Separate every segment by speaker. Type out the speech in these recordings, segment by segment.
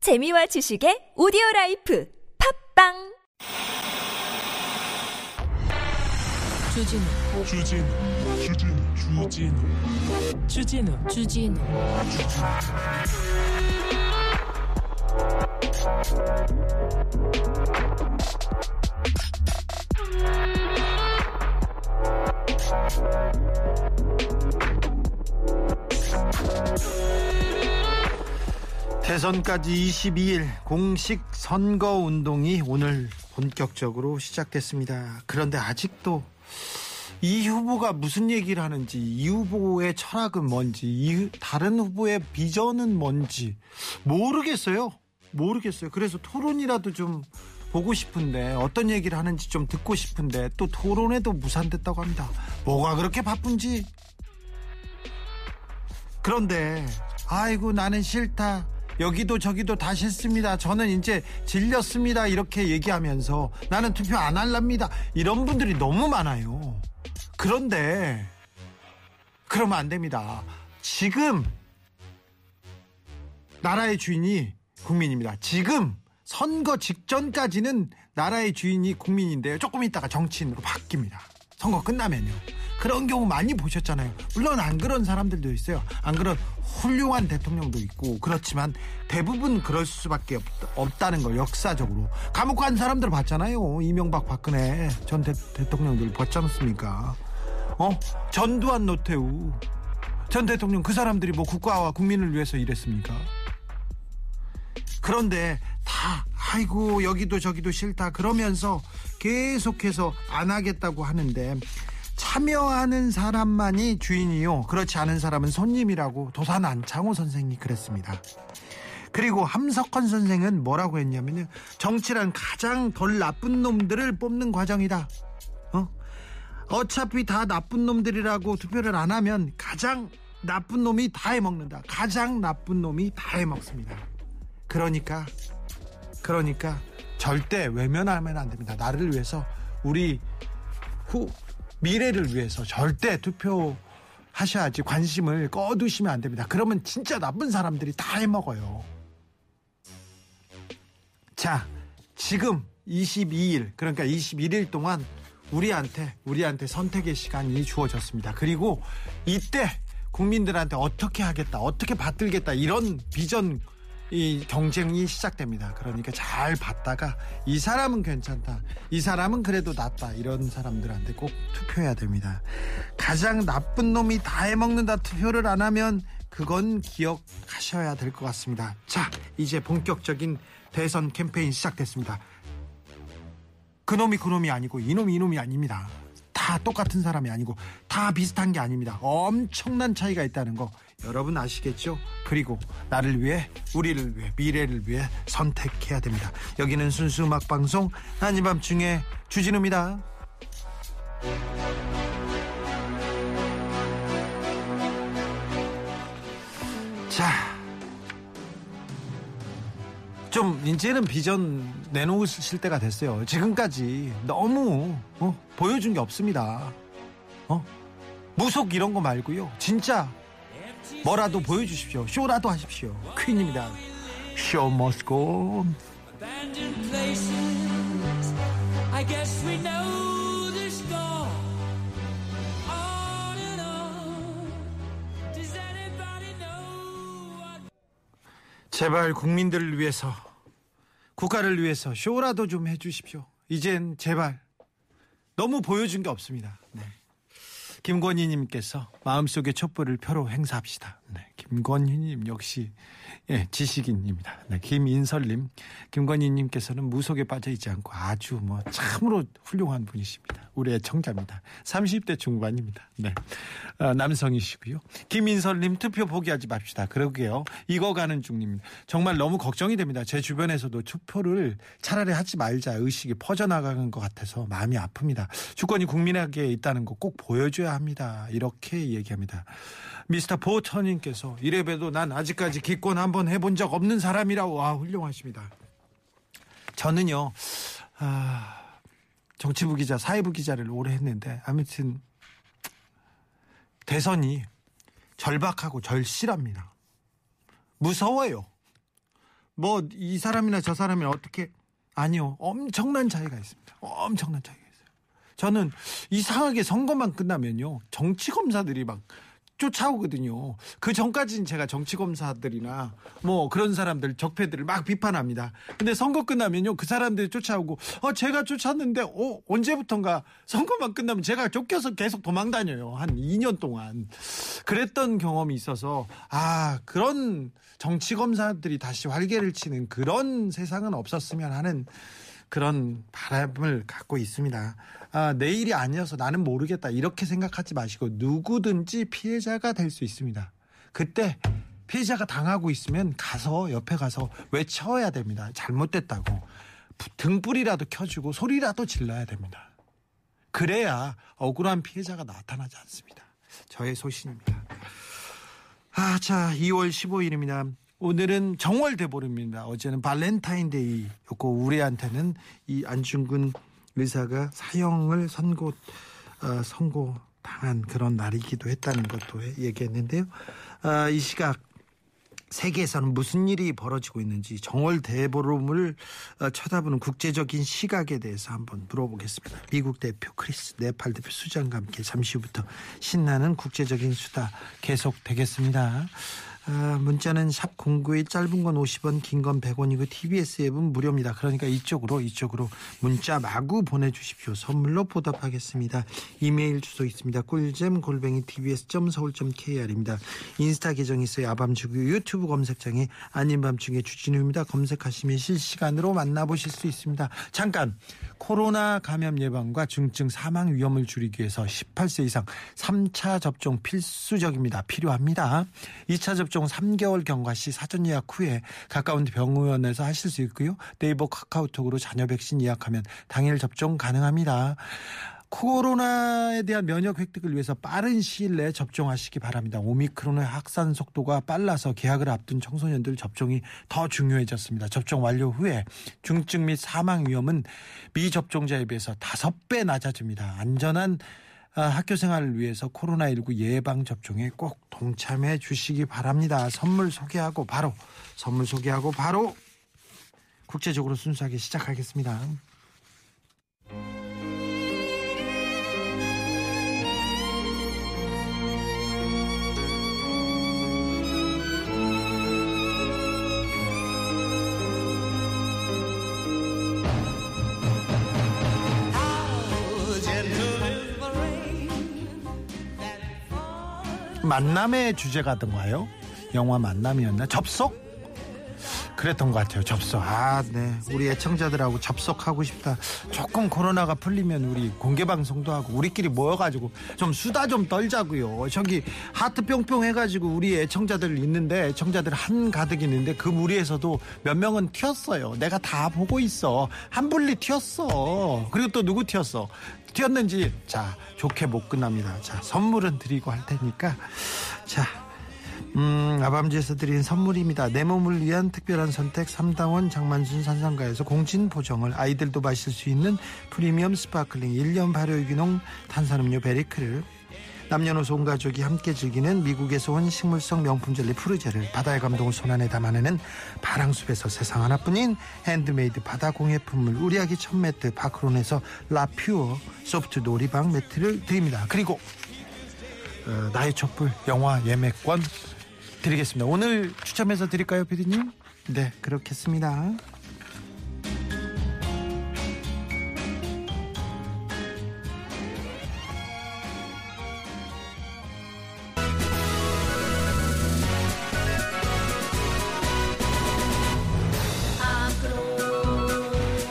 Speaker 1: 재미와 지식의 오디오 라이프 팝빵
Speaker 2: 주진우
Speaker 3: 주진우 주진우 주진우
Speaker 2: 주진우 주진우
Speaker 4: 대선까지 22일 공식 선거 운동이 오늘 본격적으로 시작됐습니다. 그런데 아직도 이 후보가 무슨 얘기를 하는지, 이 후보의 철학은 뭔지, 이 후- 다른 후보의 비전은 뭔지 모르겠어요. 모르겠어요. 그래서 토론이라도 좀 보고 싶은데 어떤 얘기를 하는지 좀 듣고 싶은데 또 토론에도 무산됐다고 합니다. 뭐가 그렇게 바쁜지 그런데 아이고 나는 싫다. 여기도 저기도 다 싫습니다. 저는 이제 질렸습니다. 이렇게 얘기하면서 나는 투표 안 할랍니다. 이런 분들이 너무 많아요. 그런데 그러면 안 됩니다. 지금 나라의 주인이 국민입니다. 지금 선거 직전까지는 나라의 주인이 국민인데요. 조금 있다가 정치인으로 바뀝니다. 선거 끝나면요. 그런 경우 많이 보셨잖아요. 물론 안 그런 사람들도 있어요. 안 그런 훌륭한 대통령도 있고 그렇지만 대부분 그럴 수밖에 없, 다는걸 역사적으로 감옥 간 사람들 봤잖아요. 이명박 박근혜 전 대, 대통령들 봤지 않습니까? 어 전두환 노태우 전 대통령 그 사람들이 뭐 국가와 국민을 위해서 일했습니까? 그런데 다 아이고 여기도 저기도 싫다 그러면서 계속해서 안 하겠다고 하는데 참여하는 사람만이 주인이요 그렇지 않은 사람은 손님이라고 도산 안창호 선생이 그랬습니다. 그리고 함석헌 선생은 뭐라고 했냐면요 정치란 가장 덜 나쁜 놈들을 뽑는 과정이다. 어? 어차피 다 나쁜 놈들이라고 투표를 안 하면 가장 나쁜 놈이 다 해먹는다. 가장 나쁜 놈이 다 해먹습니다. 그러니까 그러니까 절대 외면하면 안 됩니다. 나를 위해서 우리 후 미래를 위해서 절대 투표 하셔야지 관심을 꺼두시면 안 됩니다. 그러면 진짜 나쁜 사람들이 다 해먹어요. 자, 지금 22일, 그러니까 21일 동안 우리한테, 우리한테 선택의 시간이 주어졌습니다. 그리고 이때 국민들한테 어떻게 하겠다, 어떻게 받들겠다, 이런 비전, 이 경쟁이 시작됩니다. 그러니까 잘 봤다가 이 사람은 괜찮다. 이 사람은 그래도 낫다. 이런 사람들한테 꼭 투표해야 됩니다. 가장 나쁜 놈이 다 해먹는다 투표를 안 하면 그건 기억하셔야 될 것 같습니다. 자, 이제 본격적인 대선 캠페인 시작됐습니다. 그놈이 그놈이 아니고 이놈이 이놈이 아닙니다. 다 똑같은 사람이 아니고 다 비슷한 게 아닙니다. 엄청난 차이가 있다는 거 여러분 아시겠죠? 그리고 나를 위해, 우리를 위해, 미래를 위해 선택해야 됩니다. 여기는 순수 음악 방송 한이밤 중에 주진우입니다. 자, 좀 이제는 비전 내놓으실 때가 됐어요. 지금까지 너무 어, 보여준 게 없습니다. 어? 무속 이런 거 말고요. 진짜 뭐라도 보여주십시오. 쇼라도 하십시오. 퀸입니다. 쇼 머스고.
Speaker 5: abandoned places. I guess we know the score. On and on. Does anybody know what?
Speaker 4: 제발 국민들을 위해서 국가를 위해서 쇼라도 좀 해주십시오. 이젠 제발 너무 보여준 게 없습니다. 네. 김권희님께서 마음속의 촛불을 펴로 행사합시다. 네. 김권희님 역시 예, 지식인입니다. 네. 김인설님, 김권희님께서는 무속에 빠져 있지 않고 아주 뭐 참으로 훌륭한 분이십니다. 우리의 청자입니다. 30대 중반입니다. 네. 아, 남성이시고요. 김인설님 투표 포기하지 맙시다. 그러게요. 이거 가는 중입니다. 정말 너무 걱정이 됩니다. 제 주변에서도 투표를 차라리 하지 말자 의식이 퍼져나가는 것 같아서 마음이 아픕니다. 주권이 국민에게 있다는 거 꼭 보여줘야 합니다. 이렇게 얘기합니다. 미스터 보천님께서 이래봬도 난 아직까지 기권 한번 해본 적 없는 사람이라 와 훌륭하십니다. 저는요 아, 정치부 기자, 사회부 기자를 오래 했는데 아무튼 대선이 절박하고 절실합니다. 무서워요. 뭐 이 사람이나 저 사람이 어떻게 아니요 엄청난 차이가 있습니다. 엄청난 차이가 있어요. 저는 이상하게 선거만 끝나면요 정치 검사들이 막 쫓아오거든요. 그 전까지는 제가 정치 검사들이나 뭐 그런 사람들 적폐들을 막 비판합니다. 근데 선거 끝나면요 그 사람들이 쫓아오고 어 제가 쫓았는데 어 언제부턴가 선거만 끝나면 제가 쫓겨서 계속 도망다녀요 한 2년 동안 그랬던 경험이 있어서 아 그런 정치 검사들이 다시 활개를 치는 그런 세상은 없었으면 하는 그런 바람을 갖고 있습니다. 아, 내일이 아니어서 나는 모르겠다. 이렇게 생각하지 마시고 누구든지 피해자가 될 수 있습니다. 그때 피해자가 당하고 있으면 가서 옆에 가서 외쳐야 됩니다. 잘못됐다고. 부- 등불이라도 켜주고 소리라도 질러야 됩니다. 그래야 억울한 피해자가 나타나지 않습니다. 저의 소신입니다. 아, 자, 2월 15일입니다. 오늘은 정월 대보름입니다. 어제는 발렌타인데이였고 우리한테는 이 안중근 의사가 사형을 선고 어, 선고 당한 그런 날이기도 했다는 것도 얘기했는데요. 아, 이 시각 세계에서는 무슨 일이 벌어지고 있는지 정월 대보름을 어, 쳐다보는 국제적인 시각에 대해서 한번 물어보겠습니다. 미국 대표 크리스 네팔 대표 수장과 함께 잠시 후부터 신나는 국제적인 수다 계속되겠습니다. 아, 문자는 샵 공구의 짧은 건 50원, 긴 건 100원이고 TBS 앱은 무료입니다. 그러니까 이쪽으로 이쪽으로 문자 마구 보내주십시오. 선물로 보답하겠습니다. 이메일 주소 있습니다. 꿀잼 골뱅이 tbs.서울.kr입니다. 인스타 계정이 있어요. 아밤주고 유튜브 검색창에 아닌 밤중에 주진우입니다. 검색하시면 실시간으로 만나보실 수 있습니다. 잠깐 코로나 감염 예방과 중증 사망 위험을 줄이기 위해서 18세 이상 3차 접종 필수적입니다. 필요합니다. 2차 접종 3개월 경과 시 사전 예약 후에 가까운 병원에서 하실 수 있고요. 네이버 카카오톡으로 자녀 백신 예약하면 당일 접종 가능합니다. 코로나에 대한 면역 획득을 위해서 빠른 시일 내에 접종하시기 바랍니다. 오미크론의 확산 속도가 빨라서 계약을 앞둔 청소년들 접종이 더 중요해졌습니다. 접종 완료 후에 중증 및 사망 위험은 미접종자에 비해서 5배 낮아집니다. 안전한 아, 학교 생활을 위해서 코로나19 예방 접종에 꼭 동참해 주시기 바랍니다. 선물 소개하고 바로 선물 소개하고 바로 국제적으로 순수하게 시작하겠습니다. 만남의 주제가던가요? 영화 만남이었나? 접속? 그랬던 것 같아요. 접속. 아, 네. 우리 애청자들하고 접속하고 싶다. 조금 코로나가 풀리면 우리 공개 방송도 하고 우리끼리 모여가지고 좀 수다 좀 떨자고요. 저기 하트 뿅뿅 해가지고 우리 애청자들 있는데 애청자들 한 가득 있는데 그 무리에서도 몇 명은 튀었어요. 내가 다 보고 있어. 한 분리 튀었어. 그리고 또 누구 튀었어? 튀었는지 자 좋게 못 끝납니다. 자 선물은 드리고 할 테니까 자 음, 아밤주에서 드린 선물입니다. 내 몸을 위한 특별한 선택 3당원 장만순 산상가에서 공진 보정을 아이들도 마실 수 있는 프리미엄 스파클링 1년 발효 유기농 탄산음료 베리크를 남녀노소 온 가족이 함께 즐기는 미국에서 온 식물성 명품 젤리 푸르제를 바다의 감동을 손안에 담아내는 바랑숲에서 세상 하나뿐인 핸드메이드 바다 공예품물 우리아기 천 매트 바크론에서 라퓨어 소프트 놀이방 매트를 드립니다. 그리고 어, 나의 촛불 영화 예매권 드리겠습니다. 오늘 추첨해서 드릴까요, 피디님? 네, 그렇겠습니다.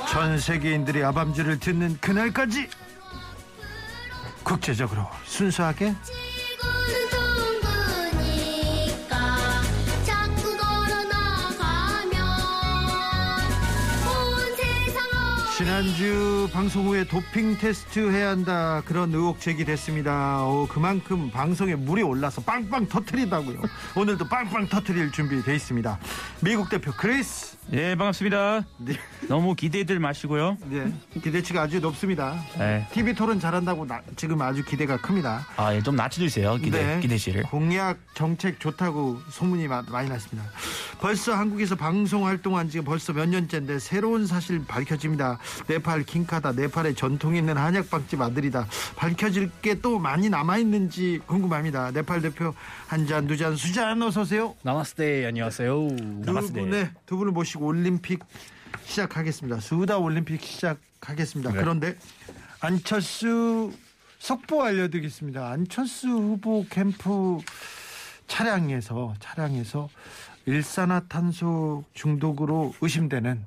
Speaker 4: 전 세계인들이 아밤주를 듣는 그날까지 국제적으로 순수하게
Speaker 6: 지구는 둥그니까 자꾸 걸어나가면 온 세상을
Speaker 4: 지난주 방송 후에 도핑 테스트 해야 한다 그런 의혹 제기됐습니다. 어, 그만큼 방송에 물이 올라서 빵빵 터트리다고요. 오늘도 빵빵 터트릴 준비돼 있습니다. 미국 대표 크리스
Speaker 7: 예, 반갑습니다.
Speaker 4: 네.
Speaker 7: 너무 기대들 마시고요.
Speaker 4: 네. 기대치가 아주 높습니다.
Speaker 7: 예.
Speaker 4: TV 토론 잘한다고 나- 지금 아주 기대가 큽니다.
Speaker 7: 아, 예, 좀 낮춰주세요. 기대,
Speaker 4: 네.
Speaker 7: 기대치를.
Speaker 4: 공약 정책 좋다고 소문이 마- 많이 났습니다. 벌써 한국에서 방송 활동한 지 벌써 몇 년째인데 새로운 사실 밝혀집니다. 네팔 킹카다 네팔의 전통이 있는 한약방집 아들이다. 밝혀질 게 또 많이 남아 있는지 궁금합니다. 네팔 대표 한 잔 두 잔 수잔 어서 오세요.
Speaker 8: 나마스테 안녕하세요.
Speaker 4: 두 분의 두 분을 모시고 올림픽 시작하겠습니다. 수다 올림픽 시작하겠습니다.
Speaker 8: 네.
Speaker 4: 그런데 안철수 속보 알려드리겠습니다. 안철수 후보 캠프 차량에서 차량에서 일산화탄소 중독으로 의심되는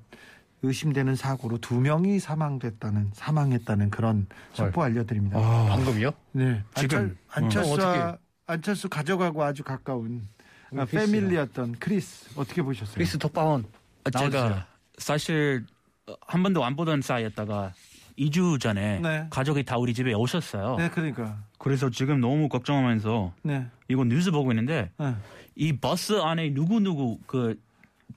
Speaker 4: 의심되는 사고로 두 명이 사망됐다는 사망했다는 그런 속보 알려드립니다.
Speaker 8: 아, 방금이요?
Speaker 4: 네.
Speaker 7: 지금.
Speaker 4: 안철,
Speaker 8: 어,
Speaker 4: 안철수
Speaker 8: 어떻게?
Speaker 4: 안철수 가족하고 아주 가까운 아,
Speaker 8: 크리스요.
Speaker 4: 패밀리였던 크리스 어떻게 보셨어요?
Speaker 8: 크리스 덕방원.
Speaker 7: 아,
Speaker 8: 나와주세요.
Speaker 7: 제가 사실 어, 한 번도 안 보던 사이였다가 2주 전에
Speaker 4: 네.
Speaker 7: 가족이 다 우리 집에 오셨어요.
Speaker 4: 네, 그러니까.
Speaker 7: 그래서 지금 너무 걱정하면서
Speaker 4: 네.
Speaker 7: 이거 뉴스 보고 있는데
Speaker 4: 네.
Speaker 7: 이 버스 안에 누구누구 그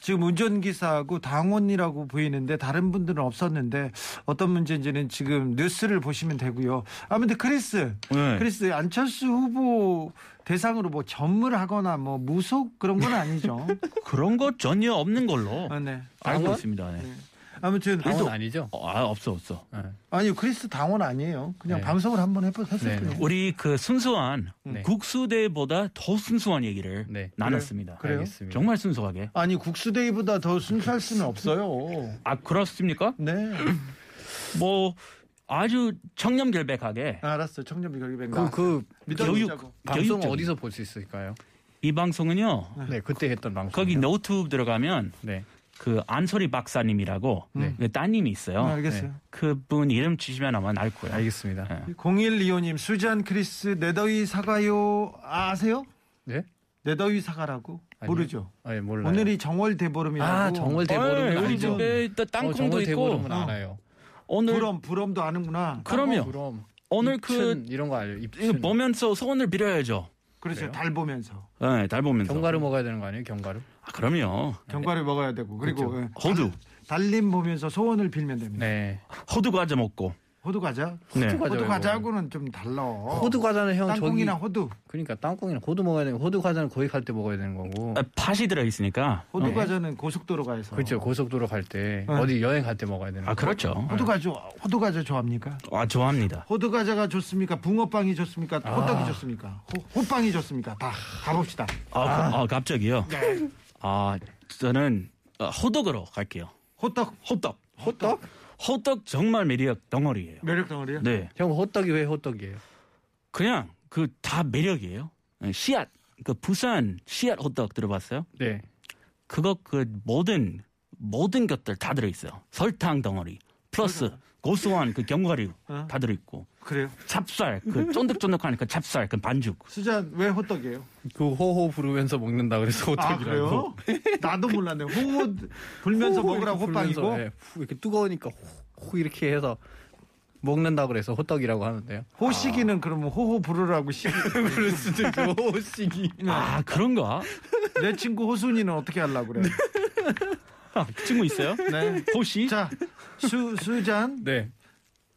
Speaker 4: 지금 운전기사하고 당원이라고 보이는데 다른 분들은 없었는데 어떤 문제인지는 지금 뉴스를 보시면 되고요. 아무튼 크리스,
Speaker 7: 네.
Speaker 4: 크리스 안철수 후보 대상으로 뭐 전물하거나 뭐 무속 그런 건 아니죠.
Speaker 7: 그런 거 전혀 없는 걸로
Speaker 4: 아, 네.
Speaker 7: 알고
Speaker 8: 당원?
Speaker 7: 있습니다. 네.
Speaker 4: 아무튼
Speaker 8: 방원
Speaker 4: 그래도-
Speaker 8: 아니죠?
Speaker 7: 어, 아, 없어, 없어.
Speaker 4: 아니요 크리스 당원 아니에요. 그냥
Speaker 8: 네.
Speaker 4: 방송을 한번 해봤을
Speaker 8: 네,
Speaker 4: 뿐이에요.
Speaker 7: 우리 그 순수한
Speaker 8: 네.
Speaker 7: 국수대보다 더 순수한 얘기를
Speaker 8: 네.
Speaker 7: 나눴습니다.
Speaker 4: 그래요?
Speaker 8: 알겠습니다.
Speaker 7: 정말 순수하게.
Speaker 4: 아니 국수데이보다 더 순수할 수는 없어요.
Speaker 7: 아 그렇습니까?
Speaker 4: 네,
Speaker 7: 뭐 아주 청렴결백하게
Speaker 4: 알았어. 청렴비 결백인
Speaker 8: 그, 그
Speaker 4: 믿어보자고.
Speaker 8: 아, 방송
Speaker 7: 교육적인.
Speaker 8: 어디서 볼 수 있을까요?
Speaker 7: 이 방송은요
Speaker 8: 네, 그때 했던 방송.
Speaker 7: 거기 노트북 들어가면
Speaker 8: 네.
Speaker 7: 그 안소리 박사님이라고
Speaker 8: 네.
Speaker 7: 그 따님이 있어요.
Speaker 4: 아, 알겠어요.
Speaker 7: 그분 이름 주시면 아마 알 거예요.
Speaker 8: 알겠습니다.
Speaker 4: 0125님 수잔 크리스 내더위 사가요 아세요?
Speaker 8: 네?
Speaker 4: 내더위 사가라고
Speaker 8: 아니요.
Speaker 4: 모르죠.
Speaker 8: 아, 예, 몰라요.
Speaker 4: 오늘이 정월 대보름이라고.
Speaker 8: 아, 정월 대보름은
Speaker 7: 어, 우리
Speaker 8: 알죠.
Speaker 7: 집에 또
Speaker 8: 어,
Speaker 7: 땅콩도
Speaker 8: 정월
Speaker 7: 있고
Speaker 8: 대보름은 알아요.
Speaker 7: 오늘
Speaker 4: 부럼 부럼도 아는구나.
Speaker 7: 그럼요.
Speaker 8: 그럼
Speaker 7: 오늘
Speaker 8: 입춘
Speaker 7: 그
Speaker 8: 이런 거 알아요.
Speaker 7: 이거
Speaker 8: 입춘.
Speaker 7: 보면서 소원을 빌어야죠.
Speaker 4: 그렇죠.
Speaker 8: 그래요?
Speaker 4: 달 보면서
Speaker 7: 네, 달 보면서.
Speaker 8: 견과류 먹어야 되는 거 아니에요? 견과류?
Speaker 7: 아, 그럼요.
Speaker 8: 네.
Speaker 4: 견과류 먹어야 되고 그리고 예,
Speaker 7: 호두,
Speaker 4: 달림 보면서 소원을 빌면 됩니다.
Speaker 8: 그렇죠. 네.
Speaker 7: 호두 과자 먹고.
Speaker 4: 호두 과자.
Speaker 7: 네.
Speaker 8: 호두과자
Speaker 4: 호두
Speaker 8: 말고.
Speaker 4: 과자하고는 좀 달라.
Speaker 8: 호두 과자는 형 저기
Speaker 4: 어. 땅콩이나 호두.
Speaker 8: 그러니까 땅콩이나 호두 먹어야 되는 거, 호두 과자는 거기 갈 때 먹어야 되는 거고.
Speaker 7: 아, 팥이 들어 있으니까.
Speaker 4: 호두
Speaker 8: 네.
Speaker 4: 과자는 고속도로 가에서.
Speaker 8: 그렇죠. 고속도로 갈 때
Speaker 4: 네.
Speaker 8: 어디 여행 갈 때 먹어야 되는 거.
Speaker 7: 아 그렇죠.
Speaker 8: 네.
Speaker 4: 호두 과자 호두 과자 좋아합니까?
Speaker 7: 아 좋아합니다.
Speaker 4: 호두 과자가 좋습니까? 붕어빵이 좋습니까?
Speaker 8: 아.
Speaker 4: 호떡이 좋습니까? 호, 빵이 좋습니까? 다 가봅시다.
Speaker 7: 아, 아, 갑자기요. 아 저는 어, 호떡으로 갈게요.
Speaker 4: 호떡
Speaker 7: 호떡. 호떡? 호떡 정말 매력 덩어리예요.
Speaker 4: 아, 매력 덩어리요?
Speaker 7: 네.
Speaker 8: 형 호떡이 왜 호떡이에요?
Speaker 7: 그냥 그 다 매력이에요. 네, 씨앗. 그 부산 씨앗 호떡 들어봤어요?
Speaker 8: 네.
Speaker 7: 그거 그 모든 모든 것들 다 들어 있어요. 설탕 덩어리 플러스 고소한 그 견과류
Speaker 4: 어.
Speaker 7: 다 들어 있고
Speaker 4: 그래요?
Speaker 7: 찹쌀 그 쫀득쫀득한 그 찹쌀 그 반죽.
Speaker 4: 수잔 왜 호떡이에요?
Speaker 8: 그 호호 부르면서 먹는다 그래서 호떡이라고.
Speaker 4: 아 그래요? 나도 몰랐네. 호호 불면서
Speaker 8: 호호
Speaker 4: 먹으라고
Speaker 8: 이렇게 불면서,
Speaker 4: 호빵이고
Speaker 8: 예, 후 이렇게 뜨거우니까 호, 호 이렇게 해서 먹는다 그래서 호떡이라고 하는데요.
Speaker 4: 호식이는 그러면 호호 부르라고 시.
Speaker 8: 그럴 수도 있고 호식이.
Speaker 7: 아 그런가?
Speaker 4: 내 친구 호순이는 어떻게 하려고 그래?
Speaker 7: 아, 그 친구 있어요?
Speaker 4: 네.
Speaker 7: 호시?
Speaker 4: 자, 수 수잔
Speaker 8: 네.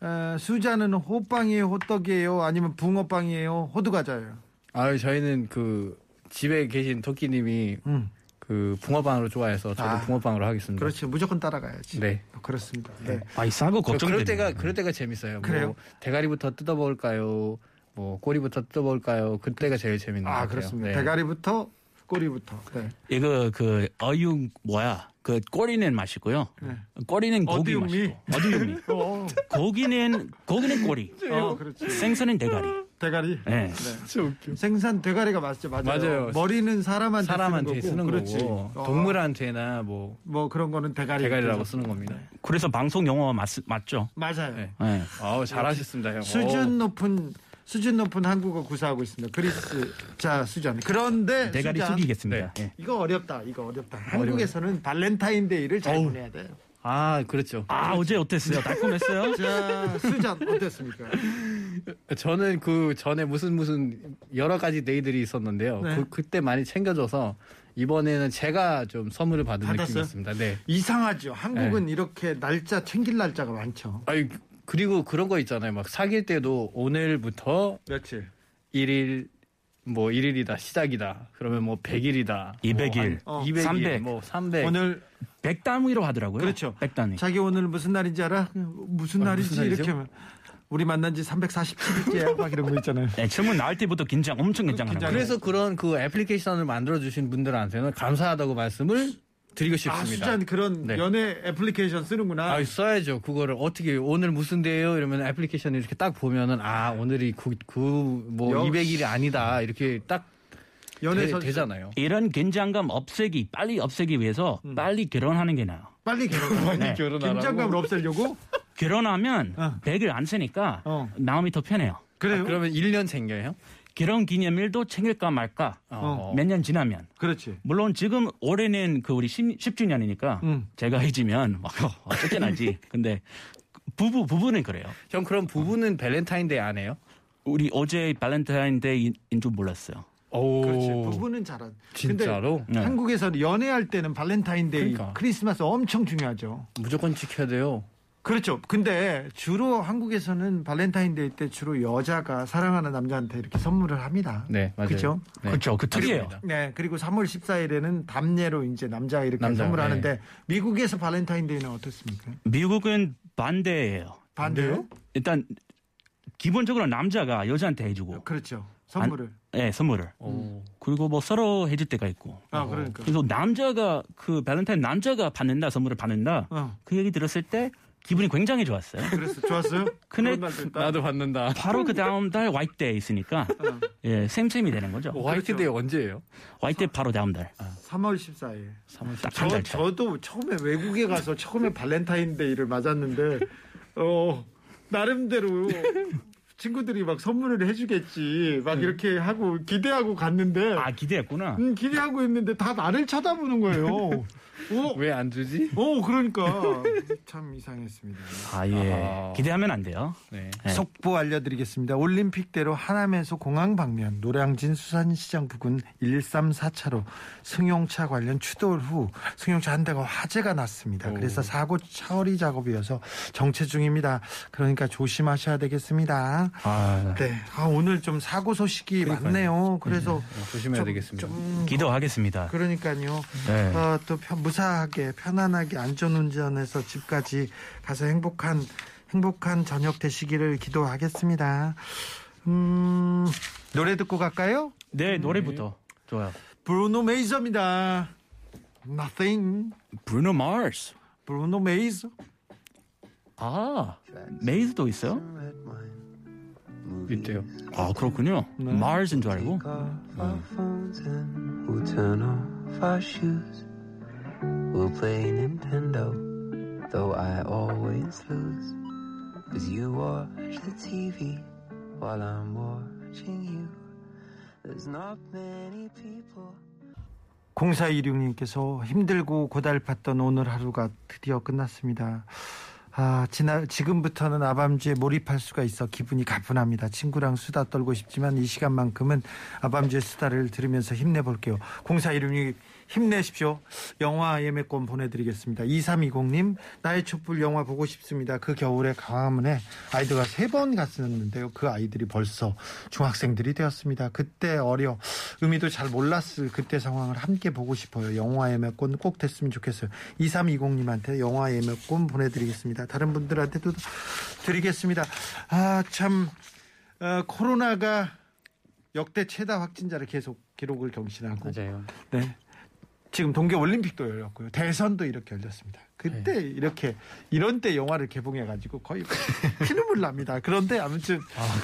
Speaker 4: 어, 수잔은 호빵이에요, 호떡이에요, 아니면 붕어빵이에요, 호두 과자예요.
Speaker 8: 아 저희는 그 집에 계신 토끼님이
Speaker 4: 음.
Speaker 8: 그 붕어빵으로 좋아해서 저도
Speaker 4: 아.
Speaker 8: 붕어빵으로 하겠습니다.
Speaker 4: 그렇지, 그렇죠. 무조건 따라가야지.
Speaker 8: 네.
Speaker 4: 그렇습니다. 네.
Speaker 7: 아이 싸고
Speaker 8: 저 그럴
Speaker 7: 걱정되네.
Speaker 8: 때가 그럴 때가 재밌어요.
Speaker 4: 그래요?
Speaker 8: 뭐 대가리부터 뜯어 먹을까요? 뭐 꼬리부터 뜯어 먹을까요? 그때가 제일 재밌는 것
Speaker 4: 아
Speaker 8: 같아요.
Speaker 4: 그렇습니다.
Speaker 8: 네.
Speaker 4: 대가리부터 꼬리부터. 네.
Speaker 7: 이거 그 어육 뭐야? 그 꼬리는 맛이고요.
Speaker 4: 네.
Speaker 7: 꼬리는 고기
Speaker 4: 어디육미?
Speaker 7: 맛이고. 어디육미?
Speaker 4: 어,
Speaker 7: 고기는 고기는 꼬리.
Speaker 8: 네.
Speaker 4: 어, 그렇지.
Speaker 7: 생선은 대가리.
Speaker 4: 대가리.
Speaker 7: 네.
Speaker 8: 진짜 웃겨.
Speaker 4: 생산 대가리가 맞죠, 맞아요.
Speaker 8: 맞아요.
Speaker 4: 머리는 사람한테
Speaker 8: 사람한테 쓰는
Speaker 4: 쓰는
Speaker 8: 거고,
Speaker 4: 거고. 그렇지. 어,
Speaker 8: 동물한테나 뭐
Speaker 4: 뭐 그런 거는 대가리.
Speaker 8: 대가리라고 쓰는 겁니다.
Speaker 4: 네.
Speaker 7: 그래서 방송 영어 맞, 맞죠?
Speaker 4: 맞아요.
Speaker 8: 네.
Speaker 7: 네.
Speaker 8: 아우 잘하셨습니다 형.
Speaker 4: 수준 높은 수준 높은 한국어 구사하고 있습니다. 그리스 자 수잔. 그런데
Speaker 7: 대가리
Speaker 4: 수잔,
Speaker 7: 숙이겠습니다.
Speaker 8: 네.
Speaker 7: 예.
Speaker 4: 이거 어렵다. 이거 어렵다. 한국에서는 발렌타인데이를 잘 보내야 돼요.
Speaker 8: 오. 아 그렇죠.
Speaker 7: 아 어제 어땠어요? 달콤했어요?
Speaker 4: 자 수잔 어땠습니까?
Speaker 8: 저는 그 전에 무슨 무슨 여러 가지 데이들이 있었는데요.
Speaker 4: 네.
Speaker 8: 그 그때 많이 챙겨줘서 이번에는 제가 좀 선물을 받은
Speaker 4: 받았어요?
Speaker 8: 느낌이었습니다. 네.
Speaker 4: 이상하죠. 한국은 이렇게 날짜 챙길 날짜가 많죠.
Speaker 8: 아니 그리고 그런 거 있잖아요. 막 사귈 때도 오늘부터
Speaker 4: 며칠.
Speaker 8: 1일 뭐 1일이다 시작이다. 그러면 뭐 100일이다.
Speaker 7: 200일,
Speaker 8: 뭐
Speaker 4: 어.
Speaker 8: 200일,
Speaker 7: 300.
Speaker 8: 뭐 300.
Speaker 4: 오늘
Speaker 7: 백 단위로 하더라고요.
Speaker 4: 그렇죠.
Speaker 7: 백 단위.
Speaker 4: 자기 오늘 무슨 날인지 알아? 무슨
Speaker 8: 그러니까 아,
Speaker 4: 날이지?
Speaker 8: 무슨 날이죠?
Speaker 4: 이렇게 하면 우리 만난 지 347일째야 막 이런 거 있잖아요.
Speaker 7: 네, 질문 나올 때부터 긴장, 엄청 긴장하는
Speaker 4: 긴장.
Speaker 7: 거예요.
Speaker 8: 그래서 그런 그 애플리케이션을 만들어 주신 분들한테는 감사하다고 말씀을 드리고
Speaker 4: 아,
Speaker 8: 싶습니다.
Speaker 4: 수잔 그런
Speaker 8: 네.
Speaker 4: 연애 애플리케이션 쓰는구나.
Speaker 8: 아, 써야죠. 그거를 어떻게 오늘 무슨 데요? 이러면 애플리케이션 이렇게 딱 보면은 아 오늘이 그뭐
Speaker 4: 역시.
Speaker 8: 200일이 아니다 이렇게 딱
Speaker 4: 연애
Speaker 8: 되,
Speaker 4: 선-
Speaker 8: 되잖아요.
Speaker 7: 이런 긴장감 없애기, 빨리 없애기 위해서 빨리 결혼하는 게 나아요.
Speaker 4: 빨리 결혼.
Speaker 7: 네.
Speaker 8: 결혼하라고.
Speaker 4: 긴장감을 없애려고?
Speaker 7: 결혼하면
Speaker 4: 어.
Speaker 7: 100을 안 쓰니까
Speaker 4: 어.
Speaker 7: 마음이 더 편해요.
Speaker 4: 그래요?
Speaker 8: 아, 그러면 1년 챙겨요?
Speaker 7: 결혼 기념일도 챙길까 말까
Speaker 8: 어.
Speaker 7: 몇 년 지나면.
Speaker 4: 그렇지.
Speaker 7: 물론 지금 올해는 그 우리 10, 주년이니까
Speaker 4: 음.
Speaker 7: 제가 해지면 막 어쨌든 하지. 근데 부부 부부는 그래요.
Speaker 8: 전 그럼 부부는 밸런타인데이 안 해요?
Speaker 7: 우리 어제 발렌타인데이인 줄 몰랐어요.
Speaker 8: 오,
Speaker 4: 그렇지. 부부는 잘한.
Speaker 8: 진짜로?
Speaker 4: 근데
Speaker 7: 네.
Speaker 4: 한국에서 연애할 때는 발렌타인데이,
Speaker 8: 그러니까.
Speaker 4: 크리스마스 엄청 중요하죠.
Speaker 8: 무조건 지켜야 돼요.
Speaker 4: 그렇죠. 근데 주로 한국에서는 발렌타인데이 때 주로 여자가 사랑하는 남자한테 이렇게 선물을 합니다.
Speaker 8: 네, 맞아요.
Speaker 4: 그렇죠.
Speaker 8: 네.
Speaker 7: 그렇죠. 그 특이해요.
Speaker 8: 그렇습니다.
Speaker 4: 네, 그리고 3월 14일에는 담례로 이제 남자가 이렇게
Speaker 8: 남자, 네.
Speaker 4: 선물하는데 미국에서 발렌타인데이는 어떻습니까?
Speaker 7: 미국은 반대예요.
Speaker 4: 반대요?
Speaker 7: 일단 기본적으로 남자가 여자한테 해주고
Speaker 4: 그렇죠. 선물을.
Speaker 7: 예, 선물을.
Speaker 4: 음.
Speaker 8: 오.
Speaker 7: 그리고 뭐 서로 해줄 때가 있고.
Speaker 4: 아, 그러니까.
Speaker 7: 그래서 남자가 그 발렌타인 남자가 받는다 선물을 받는다
Speaker 4: 어.
Speaker 7: 그 얘기 들었을 때 기분이 굉장히 좋았어요.
Speaker 4: 그래서 좋았어요?
Speaker 7: 근데
Speaker 4: 그런 날도 있다.
Speaker 8: 나도 받는다.
Speaker 7: 바로 그 다음 달 화이트데이 있으니까
Speaker 4: 어.
Speaker 7: 예, 쌤쌤이 되는 거죠.
Speaker 8: 어,
Speaker 4: 그렇죠.
Speaker 8: 화이트데이 언제예요?
Speaker 7: 화이트데이 바로 다음 달.
Speaker 4: 3월 14일.
Speaker 7: 딱한
Speaker 4: 아, 저,
Speaker 7: 달 차.
Speaker 4: 저도 처음에 외국에 가서 처음에 발렌타인데이를 맞았는데 어 나름대로 친구들이 막 선물을 해주겠지 막 이렇게 하고 기대하고 갔는데
Speaker 7: 네. 아 기대했구나.
Speaker 4: 음, 기대하고 있는데 다 나를 쳐다보는 거예요. 오,
Speaker 8: 왜 안 주지?
Speaker 4: 오 그러니까 참 이상했습니다.
Speaker 7: 아 예.
Speaker 8: 아하.
Speaker 7: 기대하면 안 돼요.
Speaker 8: 네.
Speaker 7: 네.
Speaker 4: 속보 알려드리겠습니다. 올림픽대로 하남에서 공항 방면 노량진 수산시장 부근 134차로 승용차 관련 추돌 후 승용차 한 대가 화재가 났습니다. 그래서 사고 처리 작업이어서 정체 중입니다. 그러니까 조심하셔야 되겠습니다.
Speaker 8: 아,
Speaker 4: 네, 아, 오늘 좀 사고 소식이 많네요. 그래서
Speaker 8: 조심해야
Speaker 4: 좀-
Speaker 8: 되겠습니다.
Speaker 4: 좀
Speaker 7: 기도하겠습니다.
Speaker 4: 그러니까요.
Speaker 7: 네.
Speaker 4: 어, 또 편- 무사하게 편안하게 안전운전해서 집까지 가서 행복한 행복한 저녁 되시기를 기도하겠습니다. 음, 노래 듣고 갈까요?
Speaker 7: 네 노래부터 좋아요.
Speaker 4: 브루노 메이저입니다. Nothing.
Speaker 7: 브루노 마스.
Speaker 4: 브루노 메이저.
Speaker 7: 아 메이즈도 있어요?
Speaker 8: 있대요.
Speaker 7: 아 그렇군요.
Speaker 4: 네.
Speaker 7: 마스인 줄 알고.
Speaker 9: off our phones and we'll turn off our shoes. We'll play Nintendo, though I always lose. Cause you watch the TV while I'm watching you. There's not many people.
Speaker 4: 0416님께서 힘들고 고달팠던 오늘 하루가 드디어 끝났습니다. 아, 지나, 지금부터는 아밤주에 몰입할 수가 있어 기분이 가뿐합니다. 친구랑 수다 떨고 싶지만 이 시간만큼은 아밤주의 수다를 들으면서 힘내볼게요. 0416님, 힘내십시오. 영화 예매권 보내드리겠습니다. 2320님, 나의 촛불 영화 보고 싶습니다. 그 겨울에 광화문에 아이들과 세 번 갔었는데요. 그 아이들이 벌써 중학생들이 되었습니다. 그때 어려 의미도 잘 몰랐을 그때 상황을 함께 보고 싶어요. 영화 예매권 꼭 됐으면 좋겠어요. 2320님한테 영화 예매권 보내드리겠습니다. 다른 분들한테도 드리겠습니다. 아, 참, 어, 코로나가 역대 최다 확진자를 계속 기록을 경신하고
Speaker 8: 맞아요.
Speaker 4: 네. 지금 동계 올림픽도 열렸고요. 대선도 이렇게 열렸습니다. 그때 이렇게 이런 때 영화를 개봉해 가지고 거의 피눈물 납니다. 그런데 아무튼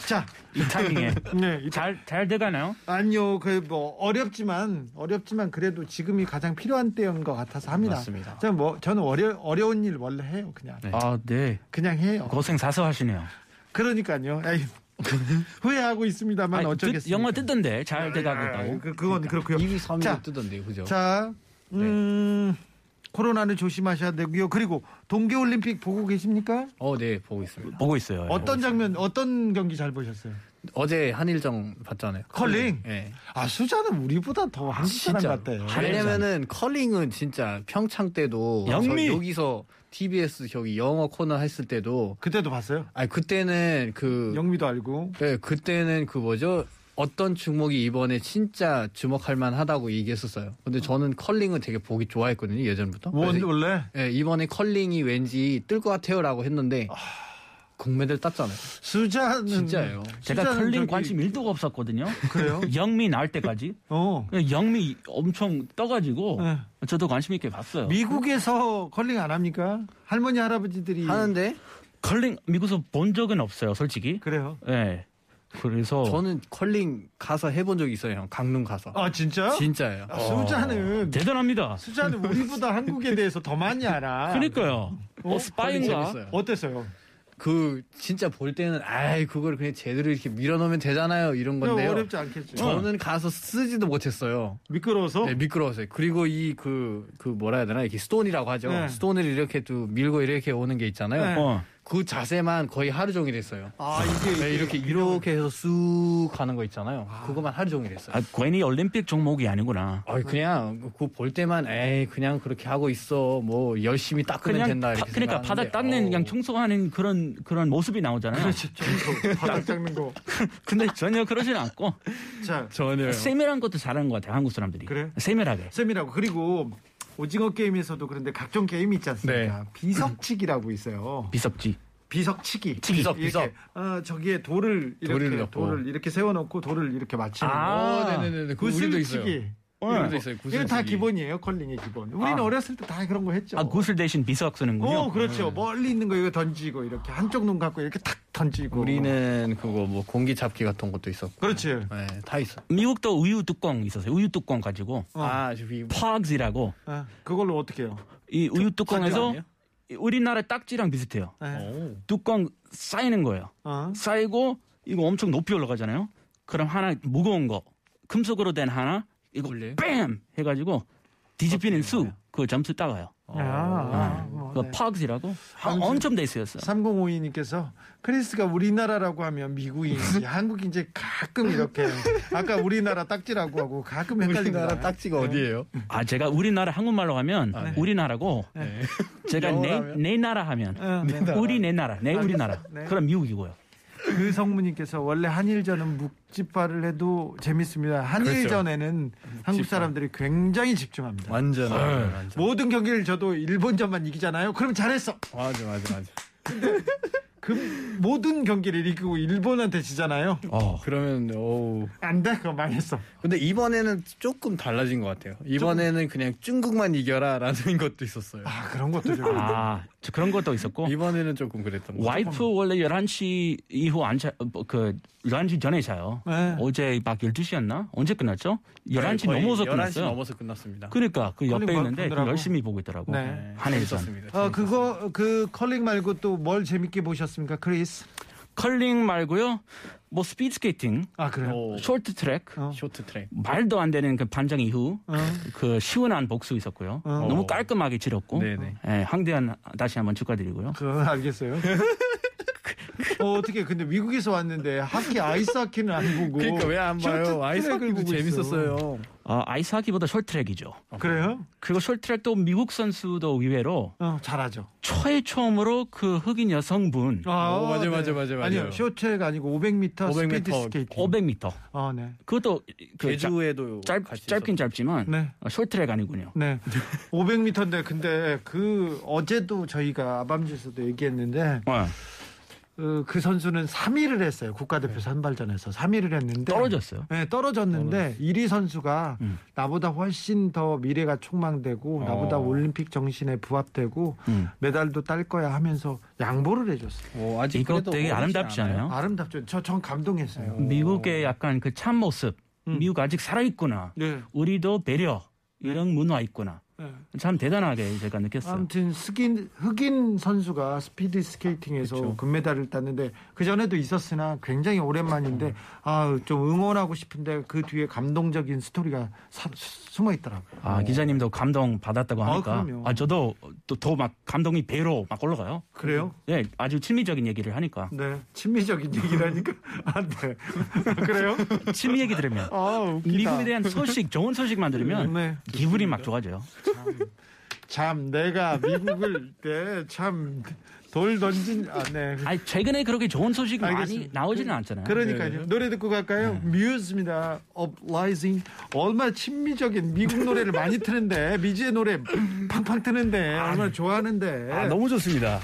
Speaker 4: 자,
Speaker 7: 이 타이밍에
Speaker 4: 네. 이-
Speaker 7: 잘 잘 돼가나요?
Speaker 4: 아니요. 그 뭐 어렵지만 어렵지만 그래도 지금이 가장 필요한 때인 것 같아서 합니다.
Speaker 8: 맞습니다.
Speaker 4: 저는 뭐 저는 어려 어려운 일 원래 해요. 그냥.
Speaker 8: 네.
Speaker 7: 아 네.
Speaker 4: 그냥 해요.
Speaker 7: 고생 사서 하시네요.
Speaker 4: 그러니까요. 에이, 후회하고 있습니다만
Speaker 7: 아니,
Speaker 4: 어쩌겠습니까?
Speaker 7: 뜻- 영어 뜯던데 잘 돼가고 있다고.
Speaker 4: 그, 그건 그렇고요.
Speaker 8: 입이 섬이
Speaker 4: 자,
Speaker 8: 뜨던데요, 그죠?
Speaker 4: 자, 음, 코로나는 조심하셔야 되고요. 그리고 동계올림픽 보고 계십니까?
Speaker 8: 어, 네, 보고 있습니다.
Speaker 7: 보고 있어요.
Speaker 4: 어떤 장면, 어떤 경기 잘 보셨어요?
Speaker 8: 어제 한일정 봤잖아요.
Speaker 4: 컬링?
Speaker 8: 예.
Speaker 4: 아 수자는 우리보다 더 한국 사람
Speaker 8: 진짜.
Speaker 4: 같아요.
Speaker 8: 왜냐면은 컬링은 진짜 평창 때도
Speaker 7: 영미!
Speaker 8: 저 여기서 TBS 저기 영어 코너 했을 때도
Speaker 4: 그때도 봤어요.
Speaker 8: 아니 그때는 그
Speaker 4: 영미도 알고.
Speaker 8: 예, 그때는 그 뭐죠? 어떤 종목이 이번에 진짜 주목할 만하다고 얘기했었어요. 근데 저는 컬링은 되게 보기 좋아했거든요, 예전부터.
Speaker 4: 원,
Speaker 8: 그래서
Speaker 4: 원래
Speaker 8: 예, 이번에 컬링이 왠지 뜰 것 같아요라고 했는데 공매들 땄잖아요.
Speaker 4: 수자는
Speaker 8: 진짜예요.
Speaker 7: 제가
Speaker 4: 수자는
Speaker 7: 컬링
Speaker 4: 저기-
Speaker 7: 관심 1도가 없었거든요.
Speaker 4: 그래요?
Speaker 7: 영미 날 때까지.
Speaker 4: 어.
Speaker 7: 그냥 영미 엄청 떠가지고
Speaker 4: 네.
Speaker 7: 저도 관심 있게 봤어요.
Speaker 4: 미국에서 컬링 안 합니까? 할머니 할아버지들이
Speaker 8: 하는데
Speaker 7: 컬링 미국에서 본 적은 없어요, 솔직히.
Speaker 4: 그래요.
Speaker 7: 예. 그래서
Speaker 8: 저는 컬링 가서 해본 적이 있어요, 형. 강릉 가서.
Speaker 4: 어. 아 진짜?
Speaker 8: 진짜예요.
Speaker 4: 아, 수자는
Speaker 7: 어, 대단합니다.
Speaker 4: 수자는 우리보다 한국에 대해서 더 많이 알아. 네.
Speaker 7: 그러니까요. 어, 스파인가?
Speaker 8: 재밌어요.
Speaker 4: 어땠어요?
Speaker 8: 그 진짜 볼 때는 아이 그걸 그냥 제대로 이렇게 밀어넣으면 되잖아요 이런 건데요.
Speaker 4: 어렵지 않겠죠.
Speaker 8: 저는 가서 쓰지도 못했어요.
Speaker 4: 미끄러워서
Speaker 8: 네, 미끄러웠어요. 그리고 이 그 그 뭐라 해야 되나 이렇게 스톤이라고 하죠.
Speaker 4: 네.
Speaker 8: 스톤을 이렇게 또 밀고 이렇게 오는 게 있잖아요.
Speaker 4: 네.
Speaker 7: 어.
Speaker 8: 그 자세만 거의 하루 종일 했어요.
Speaker 4: 아 이게
Speaker 8: 네, 이렇게 이렇게 해서 쑥 가는 거 있잖아요. 그것만 하루 종일 했어요.
Speaker 7: 아, 괜히 올림픽 종목이 아니구나.
Speaker 8: 아, 그냥 그 볼 때만 에이 그냥 그렇게 하고 있어. 뭐 열심히 닦으면
Speaker 7: 그냥
Speaker 8: 된다
Speaker 7: 파-
Speaker 8: 이렇게
Speaker 7: 그러니까
Speaker 8: 생각하는데,
Speaker 7: 바닥 닦는
Speaker 8: 어우.
Speaker 7: 그냥 청소하는 그런 그런 모습이 나오잖아요.
Speaker 4: 정도 바닥 잡는 거.
Speaker 7: 근데 전혀 그러진 않고
Speaker 4: 자
Speaker 8: 전혀요.
Speaker 7: 세밀한 것도 잘하는 것 같아요. 한국 사람들이.
Speaker 4: 그래요?
Speaker 7: 세밀하게.
Speaker 4: 쌤이라고 그리고 오징어 게임에서도 그런데 각종 게임이 있지 않습니까?
Speaker 8: 네.
Speaker 4: 비석치기라고 있어요.
Speaker 7: 비석지.
Speaker 4: 비석치기.
Speaker 8: 비석,
Speaker 4: 이렇게,
Speaker 8: 비석.
Speaker 4: 어, 저기에 돌을 이렇게
Speaker 8: 돌을
Speaker 4: 돌을,
Speaker 8: 넣고.
Speaker 4: 이렇게 세워놓고 돌을 이렇게 맞추는
Speaker 7: 아.
Speaker 4: 거.
Speaker 8: 어, 네네네. 그 우리도 있어요.
Speaker 4: 구슬치기. 예.
Speaker 8: 우리도 있어요.
Speaker 4: 이거 다
Speaker 8: 구슬치기.
Speaker 4: 기본이에요. 컬링의 기본. 우리는
Speaker 7: 아.
Speaker 4: 어렸을 때 다 그런 거 했죠.
Speaker 7: 아 구슬 대신 비석 쓰는군요.
Speaker 4: 오,
Speaker 8: 네.
Speaker 4: 그렇죠. 멀리 있는 거 이거 던지고 이렇게 한쪽 눈 감고 이렇게 탁 던지고.
Speaker 8: 우리는 그거 뭐 공기 잡기 같은 것도 있었고.
Speaker 4: 그렇지.
Speaker 8: 네, 다 있어.
Speaker 7: 미국도 우유 뚜껑 있었어요. 우유 뚜껑 가지고
Speaker 4: 어.
Speaker 8: 아, 저기
Speaker 7: 팍즈라고
Speaker 4: 아, 그걸로 어떻게 해요?
Speaker 7: 이 우유
Speaker 8: 뚜껑
Speaker 7: 뚜껑에서
Speaker 8: 아니에요?
Speaker 7: 이 우리나라 딱지랑 비슷해요.
Speaker 4: 네.
Speaker 7: 어.
Speaker 8: 어,
Speaker 7: 뚜껑 쌓이는 거예요.
Speaker 4: 어.
Speaker 7: 쌓이고 이거 엄청 높이 올라가잖아요. 그럼 하나 무거운 거 금속으로 된 하나 이거
Speaker 8: 원래?
Speaker 7: 뺨 해가지고 뒤집히는 수 그 점수 따가요.
Speaker 4: 아, 아, 뭐,
Speaker 7: 그
Speaker 4: 네.
Speaker 7: 팍즈라고 한 엄청 데이스였어요.
Speaker 4: 3052님께서 크리스가 우리나라라고 하면 미국인지 한국인지 가끔 이렇게 아까 우리나라 딱지라고 하고 가끔 헷갈린다.
Speaker 8: 우리나라 딱지가 어디예요?
Speaker 7: 아 제가 우리나라 한국말로 하면
Speaker 8: 아, 네.
Speaker 7: 우리나라고 제가 내 내
Speaker 8: 영어라면? 아,
Speaker 7: 나라 하면
Speaker 4: 어, 네.
Speaker 7: 우리 내 나라 내 우리나라
Speaker 4: 네.
Speaker 7: 그럼 미국이고요.
Speaker 4: 그 성무님께서 원래 한일전은 묵집화를 해도 재밌습니다. 한일전에는
Speaker 8: 그렇죠.
Speaker 4: 한국 사람들이 굉장히 집중합니다.
Speaker 8: 완전 완전.
Speaker 4: 모든 경기를 저도 일본전만 이기잖아요. 그럼 잘했어.
Speaker 7: 뭐-
Speaker 8: 맞아 맞아 맞아.
Speaker 4: 그 모든 경기를 이기고 일본한테 지잖아요.
Speaker 8: 그러면 어우.
Speaker 4: 안 돼, 그거 망했어.
Speaker 8: 근데 이번에는 조금 달라진 것 같아요. 이번에는 그냥 중국만 이겨라라는 것도 있었어요.
Speaker 4: 아 그런 것도 좀.
Speaker 7: 아 저 그런 것도 있었고
Speaker 8: 이번에는 조금 그랬던 것 같아요.
Speaker 7: 와이프 원래 11시 이후 안 자, 뭐, 그, 11시 전에 자요.
Speaker 4: 네.
Speaker 7: 어제 막 12시였나? 언제 끝났죠? 11시
Speaker 8: 네, 거의
Speaker 7: 넘어서
Speaker 8: 11시
Speaker 7: 끝났어요.
Speaker 8: 넘어서 끝났습니다.
Speaker 7: 그러니까 그 옆에
Speaker 4: 컬링
Speaker 7: 있는데
Speaker 4: 분들하고.
Speaker 7: 그걸 열심히 보고 있더라고.
Speaker 4: 네.
Speaker 8: 네,
Speaker 7: 한일전.
Speaker 8: 재밌었습니다.
Speaker 4: 어 그거 그 컬링 말고 또 뭘 재밌게 보셨습니까, 크리스?
Speaker 7: 컬링 말고요. 뭐 스피드 스케이팅,
Speaker 4: 아 그래요.
Speaker 8: 오,
Speaker 7: 쇼트 트랙,
Speaker 4: 어.
Speaker 8: 쇼트 트랙.
Speaker 7: 말도 안 되는 그 반장 이후
Speaker 8: 어.
Speaker 7: 그 시원한 복수 있었고요.
Speaker 4: 어.
Speaker 7: 너무 깔끔하게 치렀고.
Speaker 8: 네네.
Speaker 7: 예, 황대한 다시 한번 축하드리고요.
Speaker 4: 그 알겠어요. 어, 어떻게 근데 미국에서 왔는데 하키 아이스 하키는 안 보고
Speaker 8: 그러니까 왜 안 봐요?
Speaker 4: 쇼트트랙을
Speaker 8: 아이스하키도
Speaker 4: 보고 있어요.
Speaker 8: 재밌었어요.
Speaker 7: 아, 아이스 하키보다 쇼트트랙이죠.
Speaker 4: 그래요?
Speaker 7: 그리고 쇼트트랙도 미국 선수도 의외로
Speaker 4: 어 잘하죠.
Speaker 7: 초에 처음으로 그 흑인 여성분
Speaker 4: 아,
Speaker 8: 오, 어, 맞아요, 맞아요, 맞아요,
Speaker 4: 아니요
Speaker 8: 맞아요.
Speaker 4: 쇼트가 아니고 500m,
Speaker 8: 500m
Speaker 4: 스피드 스케이팅.
Speaker 7: 500m.
Speaker 4: 어, 네,
Speaker 7: 그것도 그 짜-
Speaker 8: 제주에도
Speaker 7: 짧,
Speaker 8: 같이
Speaker 7: 짧긴 짧지만
Speaker 4: 네.
Speaker 7: 어, 쇼트랙 아니군요.
Speaker 4: 네. 500m인데 근데 그 어제도 저희가 아밤주에서도 얘기했는데
Speaker 8: 네.
Speaker 7: 어,
Speaker 4: 어, 그 선수는 3위를 했어요
Speaker 8: 네.
Speaker 4: 국가대표 선발전에서 3위를 했는데
Speaker 7: 떨어졌어요.
Speaker 4: 네, 떨어졌는데 음. 1위 선수가 나보다 훨씬 더 미래가 촉망되고 나보다 올림픽 정신에 부합되고 메달도 딸 거야 하면서 양보를 해줬어요.
Speaker 8: 있었어요. 오, 뭐 아직
Speaker 7: 이거
Speaker 8: 그래도
Speaker 7: 되게
Speaker 8: 어렵지
Speaker 7: 아름답지
Speaker 8: 않아요? 아.
Speaker 7: 않아요?
Speaker 4: 아름답죠. 저 전 감동했어요.
Speaker 7: 미국의 약간
Speaker 8: 음.
Speaker 7: 그 참모습, 미국 아직 살아있구나.
Speaker 4: 네.
Speaker 8: 네.
Speaker 7: 우리도 배려 이런 문화 있구나. 참 대단하게 제가
Speaker 8: 네.
Speaker 7: 느꼈어요.
Speaker 4: 아무튼 흑인, 흑인 선수가 스피드 스케이팅에서
Speaker 8: 그쵸.
Speaker 4: 금메달을 땄는데 그 전에도 있었으나 굉장히 오랜만인데 아, 좀 응원하고 싶은데 그 뒤에 감동적인 스토리가 사- 수- 숨어 있더라고요.
Speaker 7: 아 기자님도 감동 받았다고
Speaker 4: 아,
Speaker 7: 하니까
Speaker 4: 그럼요.
Speaker 7: 아, 저도 더 막 감동이 배로 막 올라가요.
Speaker 4: 그래요?
Speaker 7: 네, 아주 친밀적인 얘기를 하니까
Speaker 4: 네, 친미적인 얘기라니까 안 돼. 그래요?
Speaker 7: 친밀 얘기 들으면
Speaker 4: 아, 네. 웃기다.
Speaker 7: 미국에 대한 소식, 좋은 소식만 들으면
Speaker 4: 네.
Speaker 7: 기분이 막 좋아져요.
Speaker 4: 참 내가 미국을 때참 돌 던진 아, 네.
Speaker 7: 아니 최근에 그렇게 좋은 소식 많이
Speaker 4: 알겠습니다.
Speaker 7: 나오지는 않잖아요.
Speaker 4: 그러니까요.
Speaker 7: 네.
Speaker 4: 노래 듣고 갈까요? 뮤즈입니다. Uprising. 얼마나 친미적인 미국 노래를 많이 트는데 미지의 노래 팡팡 트는데
Speaker 7: 아, 네.
Speaker 4: 얼마나 좋아하는데.
Speaker 10: 아, 너무 좋습니다.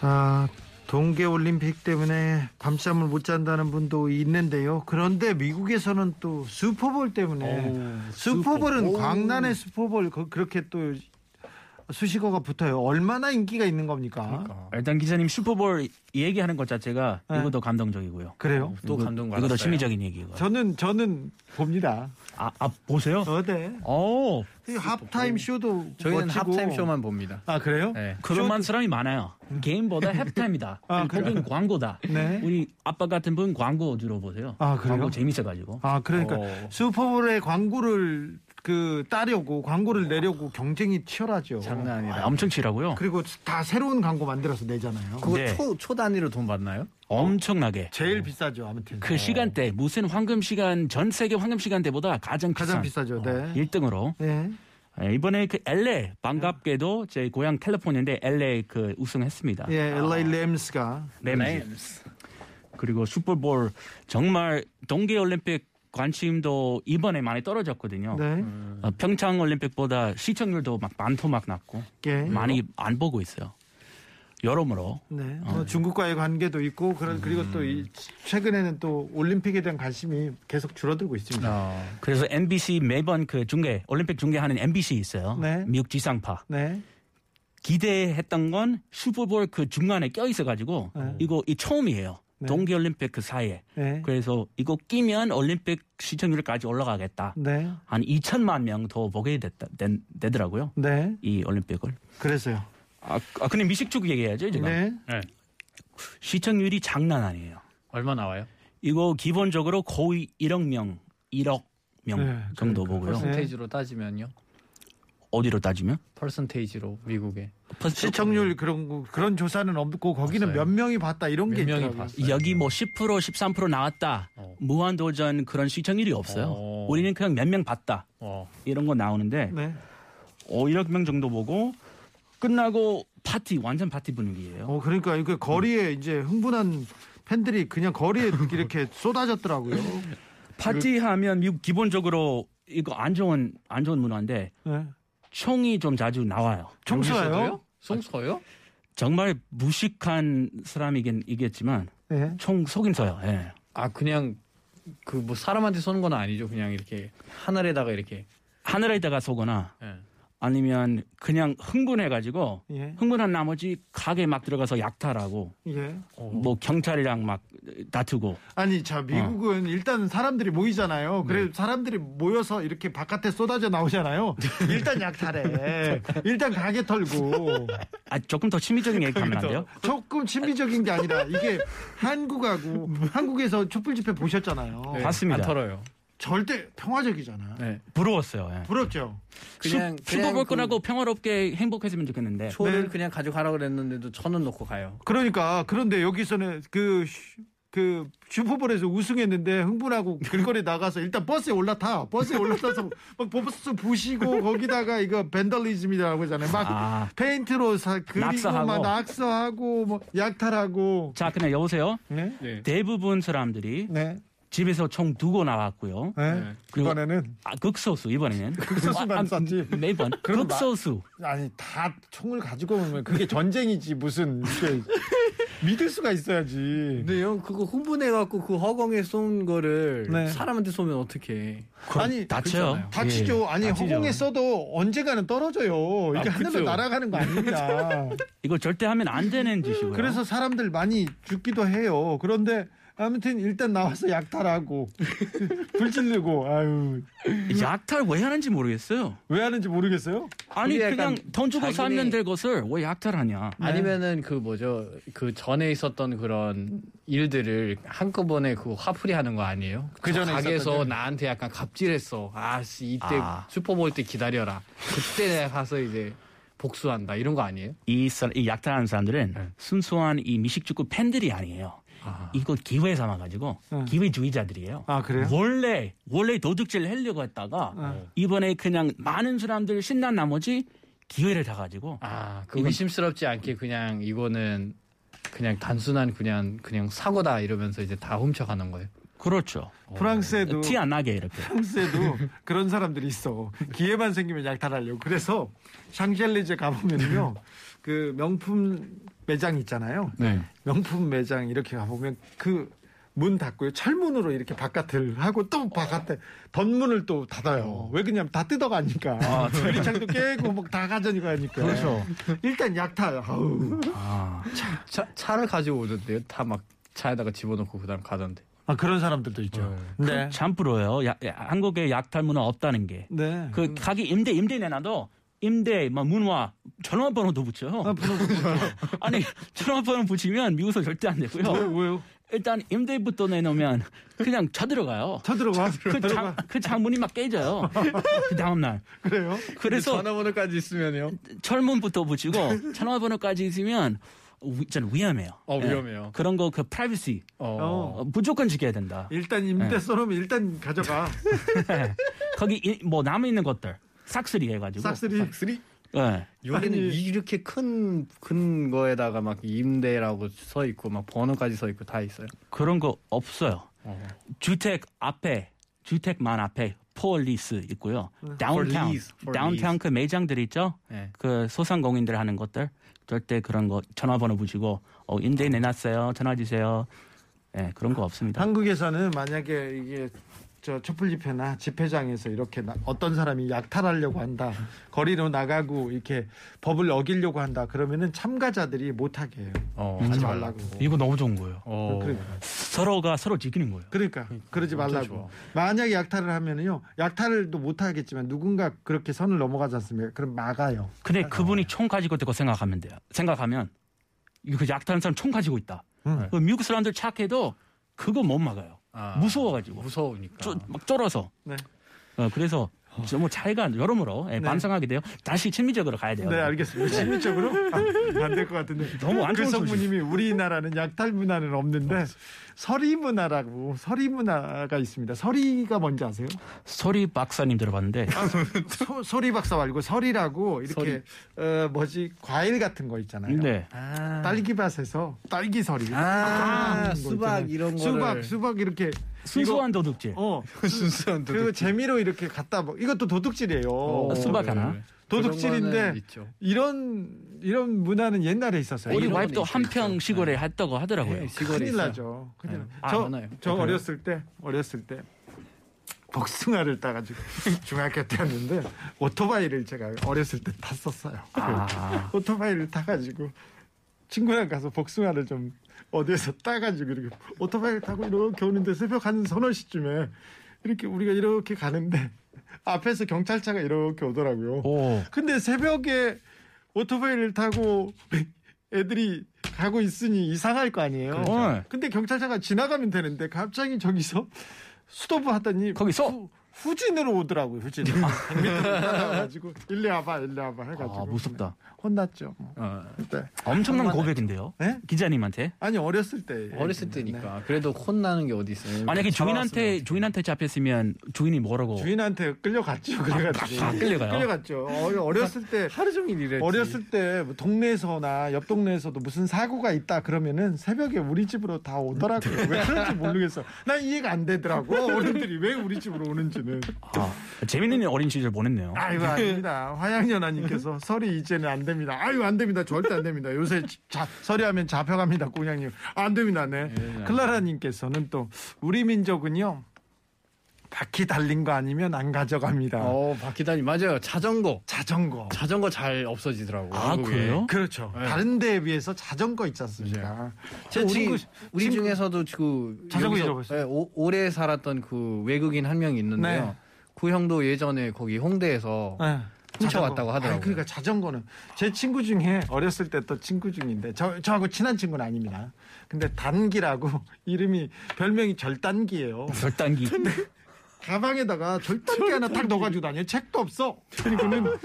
Speaker 4: 아, 동계 올림픽 때문에 밤잠을 못 잔다는 분도 있는데요. 그런데 미국에서는 또 슈퍼볼 때문에 슈퍼볼은 광란의 슈퍼볼 그- 그렇게 또 수식어가 붙어요. 얼마나 인기가 있는 겁니까?
Speaker 8: 그러니까.
Speaker 7: 어, 일단 기자님 슈퍼볼 얘기하는 것 자체가
Speaker 4: 네.
Speaker 7: 이거도 감동적이고요.
Speaker 4: 그래요
Speaker 8: 또
Speaker 7: 이거-
Speaker 8: 감동
Speaker 7: 이거도
Speaker 8: 받았어요.
Speaker 7: 심리적인 얘기고.
Speaker 4: 저는 저는 봅니다.
Speaker 7: 아, 아 보세요.
Speaker 4: 어, 네.
Speaker 7: 어,
Speaker 4: 이 핫타임 쇼도
Speaker 8: 저희는
Speaker 4: 멋지고.
Speaker 8: 합타임 쇼만 봅니다.
Speaker 4: 아 그래요?
Speaker 8: 네.
Speaker 7: 그런만 사람이 많아요. 게임보다 햅타임이다.
Speaker 4: 아, 그래요?
Speaker 7: 거긴 광고다.
Speaker 4: 네.
Speaker 7: 우리 아빠 같은 분 광고 주로 보세요.
Speaker 4: 아, 그래요?
Speaker 7: 광고 재밌어가지고.
Speaker 4: 아 그러니까
Speaker 8: 어.
Speaker 4: 슈퍼볼의 광고를 그 따려고 광고를 내려고 경쟁이 치열하죠.
Speaker 8: 장난 아니다.
Speaker 7: 아, 엄청 치라고요.
Speaker 4: 그리고 다 새로운 광고 만들어서 내잖아요.
Speaker 8: 그거
Speaker 7: 네.
Speaker 8: 초, 초 단위로 돈 받나요?
Speaker 7: 엄청나게.
Speaker 4: 제일 비싸죠 아무튼.
Speaker 7: 그 시간대 무슨 황금 시간 전 세계 황금 시간대보다 가장 비싼
Speaker 4: 가장 비싸죠. 네.
Speaker 7: 1등으로
Speaker 4: 네.
Speaker 7: 이번에 그 LA 반갑게도 제 고향 캘리포니아인데 LA 그 우승했습니다.
Speaker 4: 예, LA
Speaker 8: 아.
Speaker 4: 램스가
Speaker 7: 램지. 그리고 슈퍼볼 정말 동계 올림픽 관심도 이번에 많이 떨어졌거든요.
Speaker 4: 네.
Speaker 8: 음.
Speaker 7: 어, 평창 올림픽보다 시청률도 막 반토막 났고
Speaker 4: 예.
Speaker 7: 많이 안 보고 있어요. 여러모로
Speaker 4: 네.
Speaker 8: 어,
Speaker 4: 뭐 중국과의 관계도 있고
Speaker 8: 음.
Speaker 4: 그런 그리고 또 이, 최근에는 또 올림픽에 대한 관심이 계속 줄어들고 있습니다.
Speaker 8: 어.
Speaker 7: 그래서 MBC 매번 그 중계 올림픽 중계하는 MBC 있어요.
Speaker 4: 네.
Speaker 7: 미국 지상파
Speaker 4: 네.
Speaker 7: 기대했던 건 슈퍼볼 그 중간에 껴 있어가지고 이거 이 처음이에요. 동계 올림픽 그 사이에
Speaker 4: 네.
Speaker 7: 그래서 이거 끼면 올림픽 시청률까지 올라가겠다.
Speaker 4: 네.
Speaker 7: 한 2천만 명 더 보게 됐다, 된- 되더라고요.
Speaker 4: 네.
Speaker 7: 이 올림픽을.
Speaker 4: 그래서요.
Speaker 7: 아, 아 근데 미식축 얘기해야죠 지금.
Speaker 4: 네.
Speaker 7: 시청률이 장난 아니에요.
Speaker 8: 얼마 나와요?
Speaker 7: 이거 기본적으로 거의 1억 명, 1억 명
Speaker 4: 네,
Speaker 7: 정도 보고요.
Speaker 8: 퍼센테이지로 따지면요.
Speaker 7: 어디로 따지면?
Speaker 8: 퍼센테이지로 미국에
Speaker 4: 시청률 그런 거- 그런 조사는 없고 거기는
Speaker 8: 없어요.
Speaker 4: 몇 명이 봤다 이런 게
Speaker 8: 몇 명이
Speaker 4: 있더라고요.
Speaker 8: 봤어요?
Speaker 7: 여기 뭐 10% 13% 나왔다.
Speaker 8: 어.
Speaker 7: 무한도전 그런 시청률이 없어요.
Speaker 8: 어.
Speaker 7: 우리는 그냥 몇 명 봤다.
Speaker 8: 어.
Speaker 7: 이런 거 나오는데
Speaker 4: 네.
Speaker 7: 어, 1억 명 정도 보고 끝나고 파티 완전 파티 분위기예요.
Speaker 4: 어 그러니까 이게 거리에 이제 흥분한 팬들이 그냥 거리에 이렇게 쏟아졌더라고요.
Speaker 7: 파티하면 미국 기본적으로 이거 안 좋은 안 좋은 문화인데
Speaker 4: 네.
Speaker 7: 총이 좀 자주 나와요.
Speaker 4: 총수예요?
Speaker 8: 송소요?
Speaker 7: 정말 무식한 사람이긴 이겠지만
Speaker 4: 네.
Speaker 7: 총 속임서요. 예.
Speaker 8: 아 그냥 그 뭐 사람한테 쏘는 건 아니죠. 그냥 이렇게 하늘에다가 이렇게.
Speaker 7: 하늘에다가 쏘거나
Speaker 8: 예.
Speaker 7: 아니면 그냥 흥분해가지고
Speaker 4: 예.
Speaker 7: 흥분한 나머지 가게 막 들어가서 약탈하고
Speaker 4: 예.
Speaker 7: 뭐 경찰이랑 막 다투고
Speaker 4: 아니 자 미국은 일단 사람들이 모이잖아요. 그래 사람들이 모여서 이렇게 바깥에 쏟아져 나오잖아요. 일단 약탈해. 일단 가게 털고.
Speaker 7: 아 조금 더 심리적인 얘기 하면 안 돼요?
Speaker 4: 조금 친미적인 게 아니라 이게 한국하고 한국에서 촛불 집회 보셨잖아요.
Speaker 8: 네,
Speaker 7: 봤습니다.
Speaker 8: 안 털어요.
Speaker 4: 절대 평화적이잖아.
Speaker 8: 네.
Speaker 7: 부러웠어요. 예.
Speaker 4: 부럽죠.
Speaker 8: 그냥
Speaker 7: 슈- 슈퍼볼
Speaker 8: 그냥
Speaker 7: 끝나고 평화롭게 행복했으면 좋겠는데
Speaker 8: 초를
Speaker 4: 네.
Speaker 8: 그냥 가져가라 그랬는데도 천원 놓고 가요.
Speaker 4: 그러니까 그런데 여기서는 그. 슈- 그 슈퍼볼에서 우승했는데 흥분하고 길거리 나가서 일단 버스에 올라타 버스에 올라타서 막 버스 부시고 거기다가 이거 벤덜리즘이라고 하잖아요 막
Speaker 7: 아.
Speaker 4: 페인트로 사 그리고
Speaker 7: 낙서하고.
Speaker 4: 막 낙서하고 뭐 약탈하고
Speaker 7: 자 그냥 여보세요.
Speaker 4: 네?
Speaker 8: 네.
Speaker 7: 대부분 사람들이
Speaker 4: 네.
Speaker 7: 집에서 총 두고 나왔고요.
Speaker 4: 네.
Speaker 8: 네.
Speaker 7: 그리고-
Speaker 4: 이번에는
Speaker 7: 아, 극소수 이번에는
Speaker 4: 극소수만
Speaker 7: 아, 아,
Speaker 4: 쐈지.
Speaker 7: 매번
Speaker 4: 그럼 나-
Speaker 7: 극소수
Speaker 4: 아니 다 총을 가지고 오면 그게 전쟁이지 무슨 이게
Speaker 10: 믿을 수가 있어야지.
Speaker 8: 근데 형 그거 흥분해갖고 그 허공에 쏜 거를
Speaker 4: 네.
Speaker 8: 사람한테 쏘면 어떡해.
Speaker 4: 아니,
Speaker 7: 다쳐요.
Speaker 4: 다치죠.
Speaker 7: 예,
Speaker 4: 아니
Speaker 7: 다치죠.
Speaker 4: 허공에 써도 언젠가는 떨어져요. 이게
Speaker 8: 아,
Speaker 4: 하늘로
Speaker 8: 그죠.
Speaker 4: 날아가는 그렇죠. 거 아닙니다.
Speaker 7: 이걸 절대 하면 안 되는 짓이고요.
Speaker 4: 그래서 사람들 많이 죽기도 해요. 그런데 아무튼 일단 나와서 약탈하고 불 질르고 아유
Speaker 7: 이 약탈 왜 하는지 모르겠어요.
Speaker 4: 왜 하는지 모르겠어요.
Speaker 7: 아니
Speaker 8: 이게
Speaker 7: 그냥
Speaker 8: 약간
Speaker 7: 던지고
Speaker 8: 자기네-
Speaker 7: 살면 될 것을 왜 약탈하냐.
Speaker 4: 네.
Speaker 8: 아니면은 그 뭐죠 그 전에 있었던 그런 일들을 한꺼번에 그 화풀이 하는 거 아니에요?
Speaker 4: 그 전에 있었던
Speaker 8: 가게에서
Speaker 4: 일.
Speaker 8: 나한테 약간 갑질했어. 아씨 이때
Speaker 7: 아.
Speaker 8: 슈퍼 볼때 기다려라. 그때 내가 가서 이제 복수한다 이런 거 아니에요?
Speaker 7: 이, 사- 이 약탈하는 사람들은
Speaker 8: 네.
Speaker 7: 순수한 이 미식축구 팬들이 아니에요.
Speaker 8: 아.
Speaker 7: 이거 기회 삼아가지고
Speaker 4: 네.
Speaker 7: 기회주의자들이에요.
Speaker 4: 아, 그래요?
Speaker 7: 원래 원래 도둑질 하려고 했다가
Speaker 4: 네.
Speaker 7: 이번에 그냥 많은 사람들 신난 나머지 기회를 타가지고
Speaker 8: 아, 그
Speaker 7: 이건-
Speaker 8: 의심스럽지 않게 그냥 이거는 그냥 단순한 그냥 그냥 사고다 이러면서 이제 다 훔쳐가는 거예요.
Speaker 7: 그렇죠.
Speaker 4: 프랑스에도
Speaker 7: 티 안 나게 이렇게.
Speaker 4: 프랑스에도 그런 사람들이 있어. 기회만 생기면 약탈하려고. 그래서 샹젤리제 가보면요, 그 명품 매장 있잖아요.
Speaker 8: 네.
Speaker 4: 명품 매장 이렇게 가보면 그 문 닫고요. 철문으로 이렇게 바깥을 하고 또 바깥에 덧문을 또 닫아요. 왜 그러냐면 다 뜯어가니까. 유리창도 깨고 막 다 가져니까 하니까.
Speaker 7: 그렇죠.
Speaker 4: 일단 약탈. 아우.
Speaker 7: 아,
Speaker 8: 차, 차를 가지고 오던데요. 다 막 차에다가 집어넣고 그다음 가던데.
Speaker 4: 아, 그런 사람들도 있죠. 네.
Speaker 7: 참 부러워요. 야- 야- 한국에 약탈 문화 없다는 게.
Speaker 4: 네.
Speaker 7: 그 가게 임대 임대 내놔도 임대 막 문화 전화번호도 붙여요.
Speaker 4: 아, 분홍-
Speaker 7: 아니 전화번호 붙이면 미국에서 절대 안 되고요.
Speaker 4: 왜요? 왜요?
Speaker 7: 일단 임대부터 내놓으면 그냥 쳐들어가요.
Speaker 4: 쳐들어가.
Speaker 7: 그, 장, 그 장문이 막 깨져요. 그 다음날.
Speaker 4: 그래요?
Speaker 7: 그래서
Speaker 8: 전화번호까지 있으면요.
Speaker 7: 철문부터 붙이고 전화번호까지 있으면 위, 전 위험해요.
Speaker 8: 어,
Speaker 7: 예.
Speaker 8: 위험해요.
Speaker 7: 그런 거 그 프라이버시
Speaker 8: 어. 예.
Speaker 7: 어, 무조건 지켜야 된다.
Speaker 4: 일단 임대 써놓으면 일단 가져가.
Speaker 7: 거기 이- 뭐 남아 있는 것들 싹쓸이 해가지고.
Speaker 4: 싹쓸이.
Speaker 8: 쓰리?
Speaker 7: 예.
Speaker 8: 여기는
Speaker 4: 아니.
Speaker 8: 이렇게 큰, 큰 거에다가 막 임대라고 서 있고, 막 번호까지 서 있고 다 있어요.
Speaker 7: 그런 거 없어요. 주택 앞에 주택만 앞에 폴리스 있고요. 다운타운
Speaker 8: 폴리스, 폴리스.
Speaker 7: 다운타운 그 매장들 있죠.
Speaker 8: 네.
Speaker 7: 그 소상공인들 하는 것들 절대 그런 거 전화번호 붙이고 어, 임대 내놨어요. 전화 주세요. 예, 그런 거 없습니다.
Speaker 4: 네. 한국에서는 만약에 이게 저 촛불 집회나 집회장에서 이렇게 나- 어떤 사람이 약탈하려고 한다 거리로 나가고 이렇게 법을 어기려고 한다 그러면은 참가자들이 못하게 해요
Speaker 8: 어,
Speaker 4: 하지 말라고
Speaker 7: 이거 너무 좋은 거예요.
Speaker 8: 어.
Speaker 4: 그래.
Speaker 7: 서로가 서로 지키는 거예요.
Speaker 4: 그러니까 그러지
Speaker 8: 완전
Speaker 4: 말라고
Speaker 8: 좋아.
Speaker 4: 만약에 약탈을 하면은요 약탈도 못하겠지만 누군가 그렇게 선을 넘어가지 않습니까 그럼 막아요
Speaker 7: 근데 그분이 총 가지고 있다고 생각하면 돼요. 생각하면 이거 약탈한 사람 총 가지고 있다.
Speaker 4: 응.
Speaker 7: 그 미국 사람들 착해도 그거 못 막아요.
Speaker 8: 아.
Speaker 7: 무서워가지고.
Speaker 8: 무서우니까.
Speaker 7: 쪼- 막 쫄아서.
Speaker 4: 네.
Speaker 7: 어, 그래서 너무 차이가 여러모로 예,
Speaker 4: 네.
Speaker 7: 반성하게 돼요. 다시 친미적으로 가야 돼요.
Speaker 4: 네 알겠습니다 심리적으로 아, 안 될 것 같은데
Speaker 7: 너무 안 좋은
Speaker 4: 그
Speaker 7: 소식.
Speaker 4: 성부님이 우리나라는 약탈 문화는 없는데 서리 문화라고 서리 문화가 있습니다 서리가 뭔지 아세요?
Speaker 7: 소리 박사님 들어봤는데
Speaker 4: 아, 소, 소리 박사 말고 설이라고 이렇게 어, 뭐지 과일 같은 거 있잖아요.
Speaker 7: 네.
Speaker 8: 아.
Speaker 4: 딸기밭에서 딸기설이
Speaker 8: 아,
Speaker 4: 아,
Speaker 8: 수박 이런 거를.
Speaker 4: 수박 수박 이렇게
Speaker 7: 순수한 도둑질.
Speaker 4: 어
Speaker 8: 순수한
Speaker 4: 그리고 재미로 이렇게 갖다 먹 이것도 도둑질이에요.
Speaker 7: 어, 수박 하나.
Speaker 4: 도둑질인데 이런 이런 문화는 옛날에 있었어요. 네.
Speaker 7: 우리
Speaker 8: 이런
Speaker 7: 와이프도
Speaker 8: 건 있죠,
Speaker 7: 한평
Speaker 8: 있죠.
Speaker 7: 시골에 했다고 하더라고요.
Speaker 8: 시골에
Speaker 4: 큰일
Speaker 8: 있어요.
Speaker 4: 나죠. 큰일 나.
Speaker 8: 아,
Speaker 4: 저,
Speaker 8: 많아요.
Speaker 4: 저
Speaker 8: 그래요?
Speaker 4: 어렸을 때 어렸을 때 복숭아를 따가지고 중학교 때였는데 오토바이를 제가 어렸을 때 탔었어요.
Speaker 7: 아.
Speaker 4: 오토바이를 타가지고 친구랑 가서 복숭아를 좀 어디에서 따가지고 이렇게 오토바이를 타고 이렇게 오는데 새벽 한 서너 시쯤에 이렇게 우리가 이렇게 가는데 앞에서 경찰차가 이렇게 오더라고요.
Speaker 7: 오.
Speaker 4: 근데 새벽에 오토바이를 타고 애들이 가고 있으니 이상할 거 아니에요.
Speaker 7: 그렇죠.
Speaker 4: 근데 경찰차가 지나가면 되는데 갑자기 저기서 스톱을 하더니
Speaker 7: 거기서
Speaker 4: 후진으로 오더라고요. 후진으로. 100m 따라와가지고 일리 와봐 일리 와봐 해가지고.
Speaker 7: 아, 무섭다.
Speaker 4: 혼났죠. 뭐.
Speaker 8: 어,
Speaker 4: 그때.
Speaker 7: 엄청난 고백인데요.
Speaker 4: 네?
Speaker 7: 기자님한테.
Speaker 4: 아니 어렸을 때.
Speaker 8: 어렸을 때니까. 그래도 혼나는 게 어디 있어요.
Speaker 7: 만약에
Speaker 8: 네, 잡아왔으면
Speaker 7: 주인한테 주인한테 잡혔으면 주인이 뭐라고?
Speaker 4: 주인한테 끌려갔죠. 그래가지고.
Speaker 7: 아, 끌려가요?
Speaker 4: 끌려갔죠. 어, 어렸을 때.
Speaker 8: 하루 종일 일했지.
Speaker 4: 어렸을 때뭐 동네에서나 옆 동네에서도 무슨 사고가 있다 그러면은 새벽에 우리 집으로 다 오더라고요. 왜 그런지 모르겠어. 난 이해가 안 되더라고. 어른들이 왜 우리 집으로 오는지. 저희는.
Speaker 7: 아, 재밌는 어린 시절 보냈네요.
Speaker 4: 아이고 아닙니다. 화양연화님께서 서리 이제는 안 됩니다. 아유 안 됩니다. 절대 안 됩니다. 요새 자, 서리하면 잡혀갑니다, 공양님. 안 됩니다, 네. 클라라님께서는 또 우리 민족은요 바퀴 달린 거 아니면 안 가져갑니다.
Speaker 8: 어, 바퀴다니 맞아요. 자전거.
Speaker 4: 자전거.
Speaker 8: 어. 자전거 잘 없어지더라고.
Speaker 7: 아,
Speaker 8: 한국에.
Speaker 7: 그래요?
Speaker 4: 그렇죠.
Speaker 8: 네.
Speaker 4: 다른 데에 비해서 자전거 있지 않습니까?
Speaker 8: 제 우리,
Speaker 4: 친구-
Speaker 8: 우리
Speaker 4: 친구-
Speaker 8: 중에서도 지금
Speaker 4: 자전거
Speaker 8: 여기서,
Speaker 4: 잃어버렸어요.
Speaker 8: 예, 오- 오래 살았던 그 외국인 한 명이 있는데요.
Speaker 4: 네.
Speaker 8: 그 형도 예전에 거기 홍대에서
Speaker 4: 네.
Speaker 8: 훔쳐왔다고
Speaker 4: 자전거.
Speaker 8: 하더라고요.
Speaker 4: 아니, 그러니까 자전거는 제 친구 중에 어렸을 때 또 친구 중인데 저, 저하고 친한 친구는 아닙니다. 근데 단기라고 이름이 별명이 절단기예요.
Speaker 7: 절단기.
Speaker 4: 가방에다가 절단기 하나 딱 넣어가지고 다녀요. 책도 없어. 그러니까는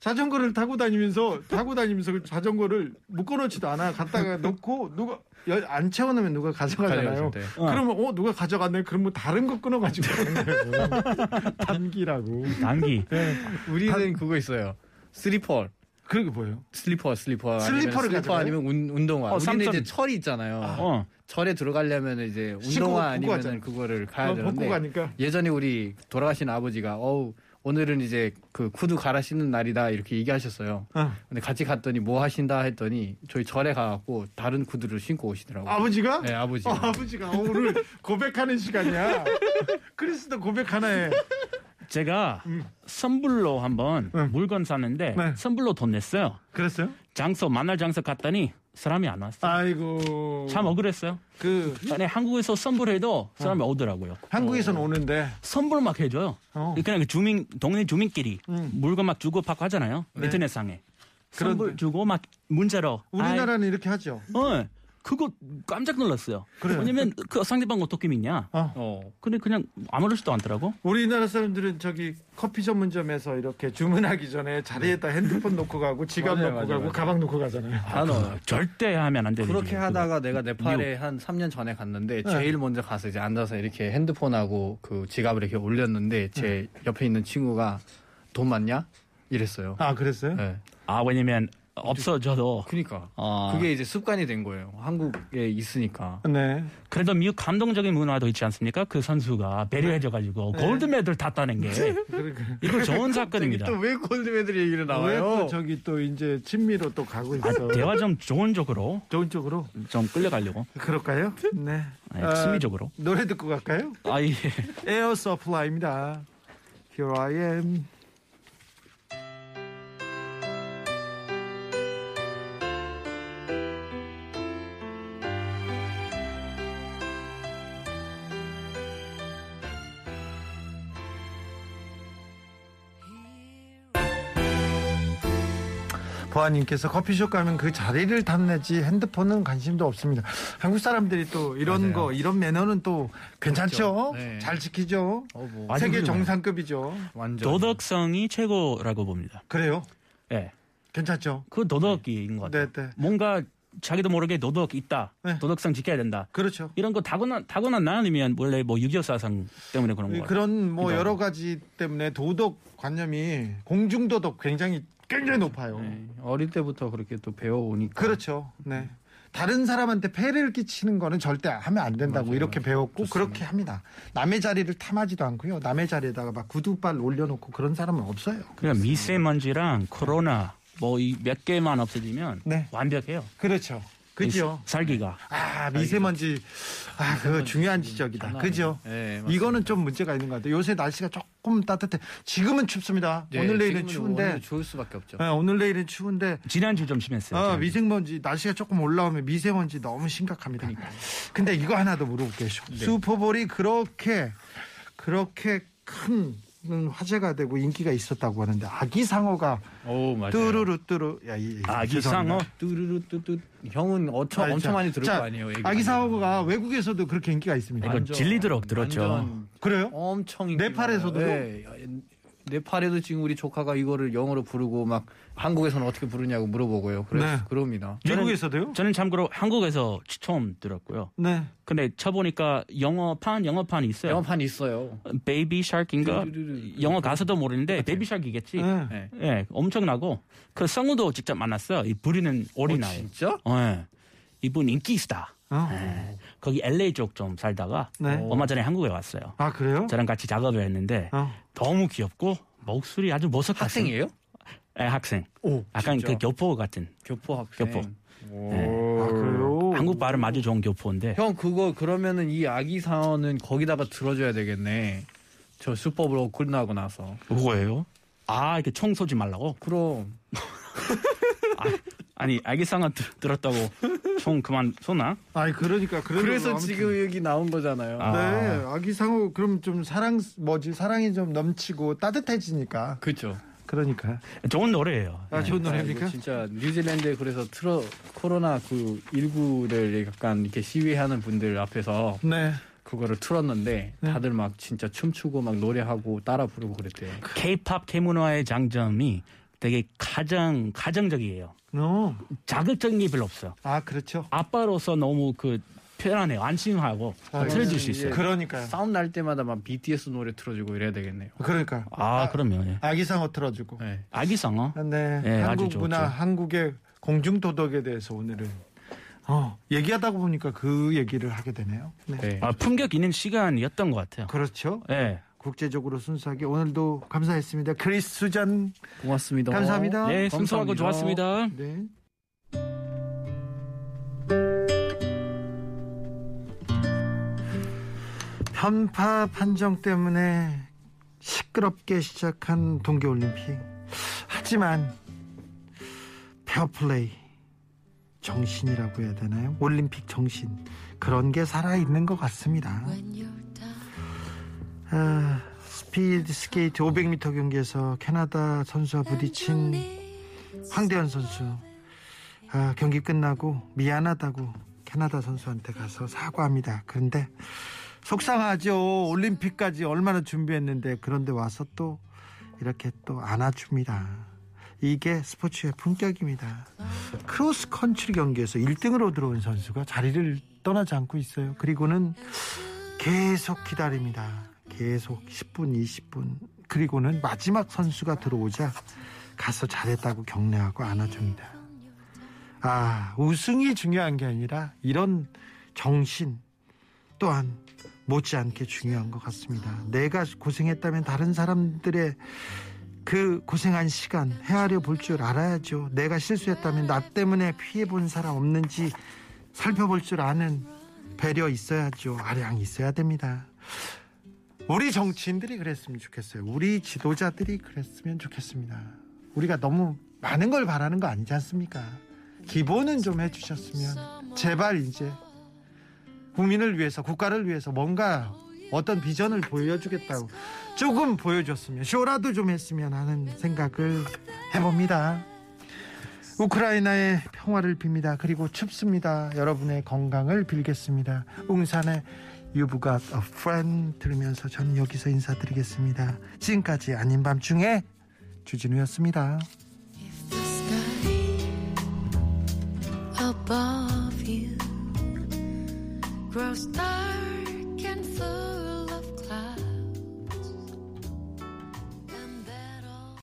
Speaker 4: 자전거를 타고 다니면서 타고 다니면서 그 자전거를 묶어놓지도 않아. 갖다가 놓고 누가 여- 안 채워놓으면 누가 가져가잖아요.
Speaker 8: 가져가죠, 네.
Speaker 4: 그러면 어 누가 가져갔네. 그럼 뭐 다른 거 끊어가지고 가는 거예요. 단기라고.
Speaker 7: 단기.
Speaker 4: 네.
Speaker 8: 우리는 그거 있어요. 슬리퍼.
Speaker 4: 그러게 뭐예요?
Speaker 8: 슬리퍼, 슬리퍼.
Speaker 4: 슬리퍼를
Speaker 8: 아니면 슬리퍼
Speaker 4: 가져가요?
Speaker 8: 아니면 운, 운동화.
Speaker 7: 어,
Speaker 8: 우리는
Speaker 7: 삼점.
Speaker 8: 이제 철이 있잖아요.
Speaker 7: 어.
Speaker 8: 절에 들어가려면 이제
Speaker 4: 신고
Speaker 8: 운동화
Speaker 4: 벗고
Speaker 8: 아니면
Speaker 4: 하잖아요.
Speaker 8: 그거를 가야
Speaker 4: 어,
Speaker 8: 되는데
Speaker 4: 벗고 가니까.
Speaker 8: 예전에 우리 돌아가신 아버지가 어우 오늘은 이제 그 구두 갈아 신는 날이다 이렇게 얘기하셨어요.
Speaker 4: 어.
Speaker 8: 근데 같이 갔더니 뭐 하신다 했더니 저희 절에 가갖고 다른 구두를 신고 오시더라고요.
Speaker 4: 아버지가? 뭐.
Speaker 8: 네 아버지.
Speaker 4: 어, 아버지가 오늘 고백하는 시간이야. 크리스도 고백 하나에
Speaker 7: 제가 선불로 한번
Speaker 4: 응.
Speaker 7: 물건 샀는데
Speaker 4: 음. 네.
Speaker 7: 선불로 돈 냈어요.
Speaker 4: 그랬어요?
Speaker 7: 장소 만날 장소 갔더니 사람이 안 왔어. 요
Speaker 4: 아이고.
Speaker 7: 참 억울했어요.
Speaker 4: 그
Speaker 7: 아니 한국에서 선불해도 사람이 오더라고요.
Speaker 4: 한국에선
Speaker 8: 어.
Speaker 4: 오는데
Speaker 7: 선불 막 해줘요.
Speaker 4: 어.
Speaker 7: 그냥 주민 동네 주민끼리 물건 막 주고 받고 하잖아요. 인터넷 상에 선불
Speaker 4: 그런데-
Speaker 7: 주고 막 문자로. 아이,
Speaker 4: 우리나라는 이렇게 하죠.
Speaker 7: 어, 그거 깜짝 놀랐어요. 왜냐면 그 상대방 어떻게 믿냐?
Speaker 4: 어.
Speaker 8: 어.
Speaker 7: 근데 그냥 아무렇지도 않더라고.
Speaker 4: 우리나라 사람들은 저기 커피 전문점에서 이렇게 주문하기 전에 자리에다 핸드폰 놓고 가고 지갑
Speaker 8: 네. 맞아요,
Speaker 4: 놓고
Speaker 8: 맞아요,
Speaker 4: 가고
Speaker 8: 맞아요.
Speaker 4: 가방 놓고 가잖아요.
Speaker 8: 아, 너
Speaker 7: 절대 하면 안 되는
Speaker 8: 그렇게
Speaker 7: 일이에요,
Speaker 8: 하다가 내가 네팔에 한 3년 전에 갔는데
Speaker 4: 네.
Speaker 8: 제일 먼저 가서 이제 앉아서 이렇게 핸드폰하고 그 지갑을 이렇게 올렸는데
Speaker 4: 네.
Speaker 8: 제 옆에 있는 친구가 돈 많냐 이랬어요.
Speaker 4: 아 그랬어요?
Speaker 8: 네.
Speaker 7: 그거. 아 왜냐면 없어져도
Speaker 8: 그니까
Speaker 4: 그러니까.
Speaker 7: 아.
Speaker 8: 그게 이제 습관이 된 거예요. 한국에 있으니까.
Speaker 4: 네.
Speaker 7: 그래도 미국 감동적인 문화도 있지 않습니까? 그 선수가 배려해줘가지고
Speaker 4: 네.
Speaker 7: 골드메달 탔다는 게
Speaker 4: 그러니까.
Speaker 7: 이거 좋은 사건입니다.
Speaker 8: 또왜 골드메들 얘기를
Speaker 4: 왜또 저기 또 이제 친미로 또 가고 있어.
Speaker 7: 대화 좀 좋은 쪽으로
Speaker 4: 좋은 쪽으로
Speaker 7: 좀 끌려가려고
Speaker 4: 그럴까요? 네.
Speaker 7: 네,
Speaker 4: 아,
Speaker 7: 심리적으로.
Speaker 4: 노래 듣고 갈까요?
Speaker 7: 아 예.
Speaker 4: 에어 서플라이입니다. Here I am. 보아님께서 커피숍 가면 그 자리를 탐내지 핸드폰은 관심도 없습니다. 한국 사람들이 또 이런
Speaker 8: 맞아요.
Speaker 4: 거 이런 매너는 또 괜찮죠?
Speaker 8: 그렇죠. 네.
Speaker 4: 잘 지키죠?
Speaker 8: 어, 뭐
Speaker 7: 아니,
Speaker 4: 세계
Speaker 7: 그러지
Speaker 4: 정상급이죠.
Speaker 8: 완전
Speaker 7: 도덕성이 최고라고 봅니다.
Speaker 4: 그래요?
Speaker 7: 예.
Speaker 4: 괜찮죠?
Speaker 7: 그 도덕인 것 같아요.
Speaker 4: 네, 네.
Speaker 7: 뭔가 자기도 모르게 도덕 있다.
Speaker 4: 네.
Speaker 7: 도덕성 지켜야 된다.
Speaker 4: 그렇죠.
Speaker 7: 이런 거 타고난 타고난 나이면 원래 뭐6.25 사상 때문에 그런 거. 같아요.
Speaker 4: 그런 뭐 여러 가지 때문에 도덕 관념이 공중 도덕 굉장히 굉장히 높아요.
Speaker 8: 네. 어릴 때부터 그렇게 또 배워오니까.
Speaker 4: 그렇죠. 네. 다른 사람한테 폐를 끼치는 거는 절대 하면 안 된다고 이렇게 배웠고 그렇게 합니다. 남의 자리를 탐하지도 않고요. 남의 자리에다가 막 구두발 올려놓고 그런 사람은 없어요.
Speaker 7: 그냥 미세먼지랑 코로나 뭐 몇 개만 없어지면
Speaker 4: 네.
Speaker 7: 완벽해요.
Speaker 4: 그렇죠. 그죠.
Speaker 7: 이 살기가.
Speaker 4: 아 미세먼지 아 그거 중요한 지적이다. 그죠.
Speaker 8: 네, 맞습니다.
Speaker 4: 이거는 좀 문제가 있는 것 같아요. 요새 날씨가 조금 따뜻해. 지금은 춥습니다.
Speaker 8: 네,
Speaker 4: 오늘 내일은
Speaker 8: 지금은
Speaker 4: 추운데
Speaker 8: 오늘 좋을 수밖에 없죠. 네,
Speaker 4: 네, 오늘 내일은 추운데
Speaker 7: 지난주 좀 심했어요.
Speaker 8: 아,
Speaker 4: 어,
Speaker 7: 지난주.
Speaker 4: 미세먼지 날씨가 조금 올라오면 미세먼지 너무 심각합니다. 근데 이거 하나 더 물어볼게요.
Speaker 8: 네.
Speaker 4: 슈퍼볼이 그렇게 그렇게 큰 화제가 되고 인기가 있었다고 하는데 아기 상어가
Speaker 8: 오 맞아요.
Speaker 4: 뚜루루 뚜루 야, 이- 이-
Speaker 7: 아기
Speaker 4: 죄송합니다.
Speaker 7: 상어
Speaker 8: 뚜루루뚜뚜 형은 어처,
Speaker 4: 아,
Speaker 8: 엄청
Speaker 4: 자,
Speaker 8: 많이 들을
Speaker 4: 자,
Speaker 8: 거 아니에요. 얘기
Speaker 4: 아기
Speaker 8: 많이.
Speaker 4: 상어가 외국에서도 그렇게 인기가 있습니다.
Speaker 7: 이거
Speaker 8: 완전-
Speaker 7: 질리도록 들었죠.
Speaker 8: 완전
Speaker 4: 그래요?
Speaker 8: 엄청 인기
Speaker 4: 네팔에서도요?
Speaker 8: 많아요. 예. 네팔에도 지금 우리 조카가 이거를 영어로 부르고 막 한국에서는 어떻게 부르냐고 물어보고요. 그래서
Speaker 4: 네.
Speaker 8: 그럽니다.
Speaker 4: 미국에서도요?
Speaker 7: 저는 참고로 한국에서 처음 들었고요.
Speaker 4: 네.
Speaker 7: 근데 쳐보니까 영어판 영어판이 있어요.
Speaker 8: 영어판 있어요.
Speaker 7: 베이비 샤크인가
Speaker 8: 뚜루루루.
Speaker 7: 영어 가사도 모르는데 베이비 샤크이겠지.
Speaker 4: 네.
Speaker 8: 네.
Speaker 7: 예, 엄청나고 그 성우도 직접 만났어요. 이 부리는
Speaker 8: 어,
Speaker 7: 어린아이.
Speaker 8: 진짜?
Speaker 7: 예. 이분 인기 있다.
Speaker 4: 어?
Speaker 7: 예. 거기 LA 쪽 좀 살다가
Speaker 4: 네.
Speaker 7: 얼마 전에 한국에 왔어요.
Speaker 4: 아 그래요?
Speaker 7: 저랑 같이 작업을 했는데
Speaker 4: 어.
Speaker 7: 너무 귀엽고 목소리 아주 멋었
Speaker 8: 아. 학생이에요?
Speaker 7: 예, 학생.
Speaker 8: 오,
Speaker 7: 약간
Speaker 8: 진짜?
Speaker 7: 그 교포 같은.
Speaker 8: 교포 학생.
Speaker 7: 교포.
Speaker 8: 오.
Speaker 7: 네.
Speaker 4: 아 그래요?
Speaker 7: 한국 발음 아주 좋은 교포인데.
Speaker 8: 형 그거 그러면은 이 아기 사원은 거기다가 들어줘야 되겠네. 저 수법으로 끝나고 나서.
Speaker 7: 뭐예요? 아, 이렇게 총 쏘지 말라고?
Speaker 8: 그럼
Speaker 7: 아니, 알기상한 들었다고 총 그만 쏘나?
Speaker 4: 아니 그러니까 그래도
Speaker 8: 그래서
Speaker 4: 아무튼-
Speaker 8: 지금 여기 나온 거잖아요.
Speaker 7: 아.
Speaker 4: 네 아기 상어 그럼 좀 사랑 뭐지 사랑이 좀 넘치고 따뜻해지니까
Speaker 8: 그렇죠.
Speaker 4: 그러니까
Speaker 7: 좋은 노래예요.
Speaker 4: 아 좋은 노래입니까?
Speaker 8: 진짜 뉴질랜드에 그래서 트러, 코로나 그 19를 약간 이렇게 시위하는 분들 앞에서
Speaker 4: 네
Speaker 8: 그거를 틀었는데 다들 막 진짜 춤추고 막 노래하고 따라 부르고 그랬대요.
Speaker 4: 그러니까.
Speaker 7: K-pop K-문화의 장점이 되게 가장 가정적이에요.
Speaker 4: 어.
Speaker 7: 자극적인 게 별로 없어요.
Speaker 4: 아 그렇죠
Speaker 7: 아빠로서 너무 그 편안해요. 안심하고
Speaker 4: 아,
Speaker 7: 틀어줄 수 있어요.
Speaker 4: 그러니까요
Speaker 8: 싸움 날 때마다 막 BTS 노래 틀어주고 이래야 되겠네요.
Speaker 4: 그러니까
Speaker 7: 아, 그럼요. 예.
Speaker 4: 아기 상어 틀어주고
Speaker 8: 네.
Speaker 7: 아기상어.
Speaker 4: 아, 네.
Speaker 7: 예, 아주
Speaker 4: 한국
Speaker 7: 좋죠.
Speaker 4: 문화, 한국의 공중 도덕에 대해서 오늘은 어, 얘기하다 보니까 그 얘기를 하게 되네요. 네.
Speaker 8: 네.
Speaker 7: 아, 품격 있는 시간이었던 것 같아요.
Speaker 4: 그렇죠.
Speaker 7: 예.
Speaker 4: 국제적으로 순수하게 오늘도 감사했습니다. 크리스 수잔
Speaker 8: 고맙습니다.
Speaker 4: 감사합니다.
Speaker 7: 예, 순수하고
Speaker 8: 감사합니다.
Speaker 7: 좋았습니다.
Speaker 4: 네. 편파 판정 때문에 시끄럽게 시작한 동계올림픽. 하지만 페어플레이 정신이라고 해야 되나요? 올림픽 정신 그런 게 살아 있는 것 같습니다. 아, 스피드 스케이트 500m 경기에서 캐나다 선수와 부딪힌 황대현 선수 아, 경기 끝나고 미안하다고 캐나다 선수한테 가서 사과합니다. 그런데 속상하죠. 올림픽까지 얼마나 준비했는데 그런데 와서 또 이렇게 또 안아줍니다. 이게 스포츠의 품격입니다. 크로스컨트리 경기에서 1등으로 들어온 선수가 자리를 떠나지 않고 있어요. 그리고는 계속 기다립니다. 계속 10분, 20분. 그리고는 마지막 선수가 들어오자 가서 잘했다고 격려하고 안아줍니다. 아, 우승이 중요한 게 아니라 이런 정신 또한 못지않게 중요한 것 같습니다. 내가 고생했다면 다른 사람들의 그 고생한 시간 헤아려 볼 줄 알아야죠. 내가 실수했다면 나 때문에 피해 본 사람 없는지 살펴볼 줄 아는 배려 있어야죠. 아량이 있어야 됩니다. 우리 정치인들이 그랬으면 좋겠어요. 우리 지도자들이 그랬으면 좋겠습니다. 우리가 너무 많은 걸 바라는 거 아니지 않습니까? 기본은 좀 해주셨으면 제발 이제 국민을 위해서 국가를 위해서 뭔가 어떤 비전을 보여주겠다고 조금 보여줬으면 쇼라도 좀 했으면 하는 생각을 해봅니다. 우크라이나의 평화를 빕니다. 그리고 춥습니다. 여러분의 건강을 빌겠습니다. 웅산의 You've Got a Friend 들으면서 저는 여기서 인사드리겠습니다. 지금까지 아닌 밤 중에 주진우였습니다.
Speaker 5: The sky above you grows dark and full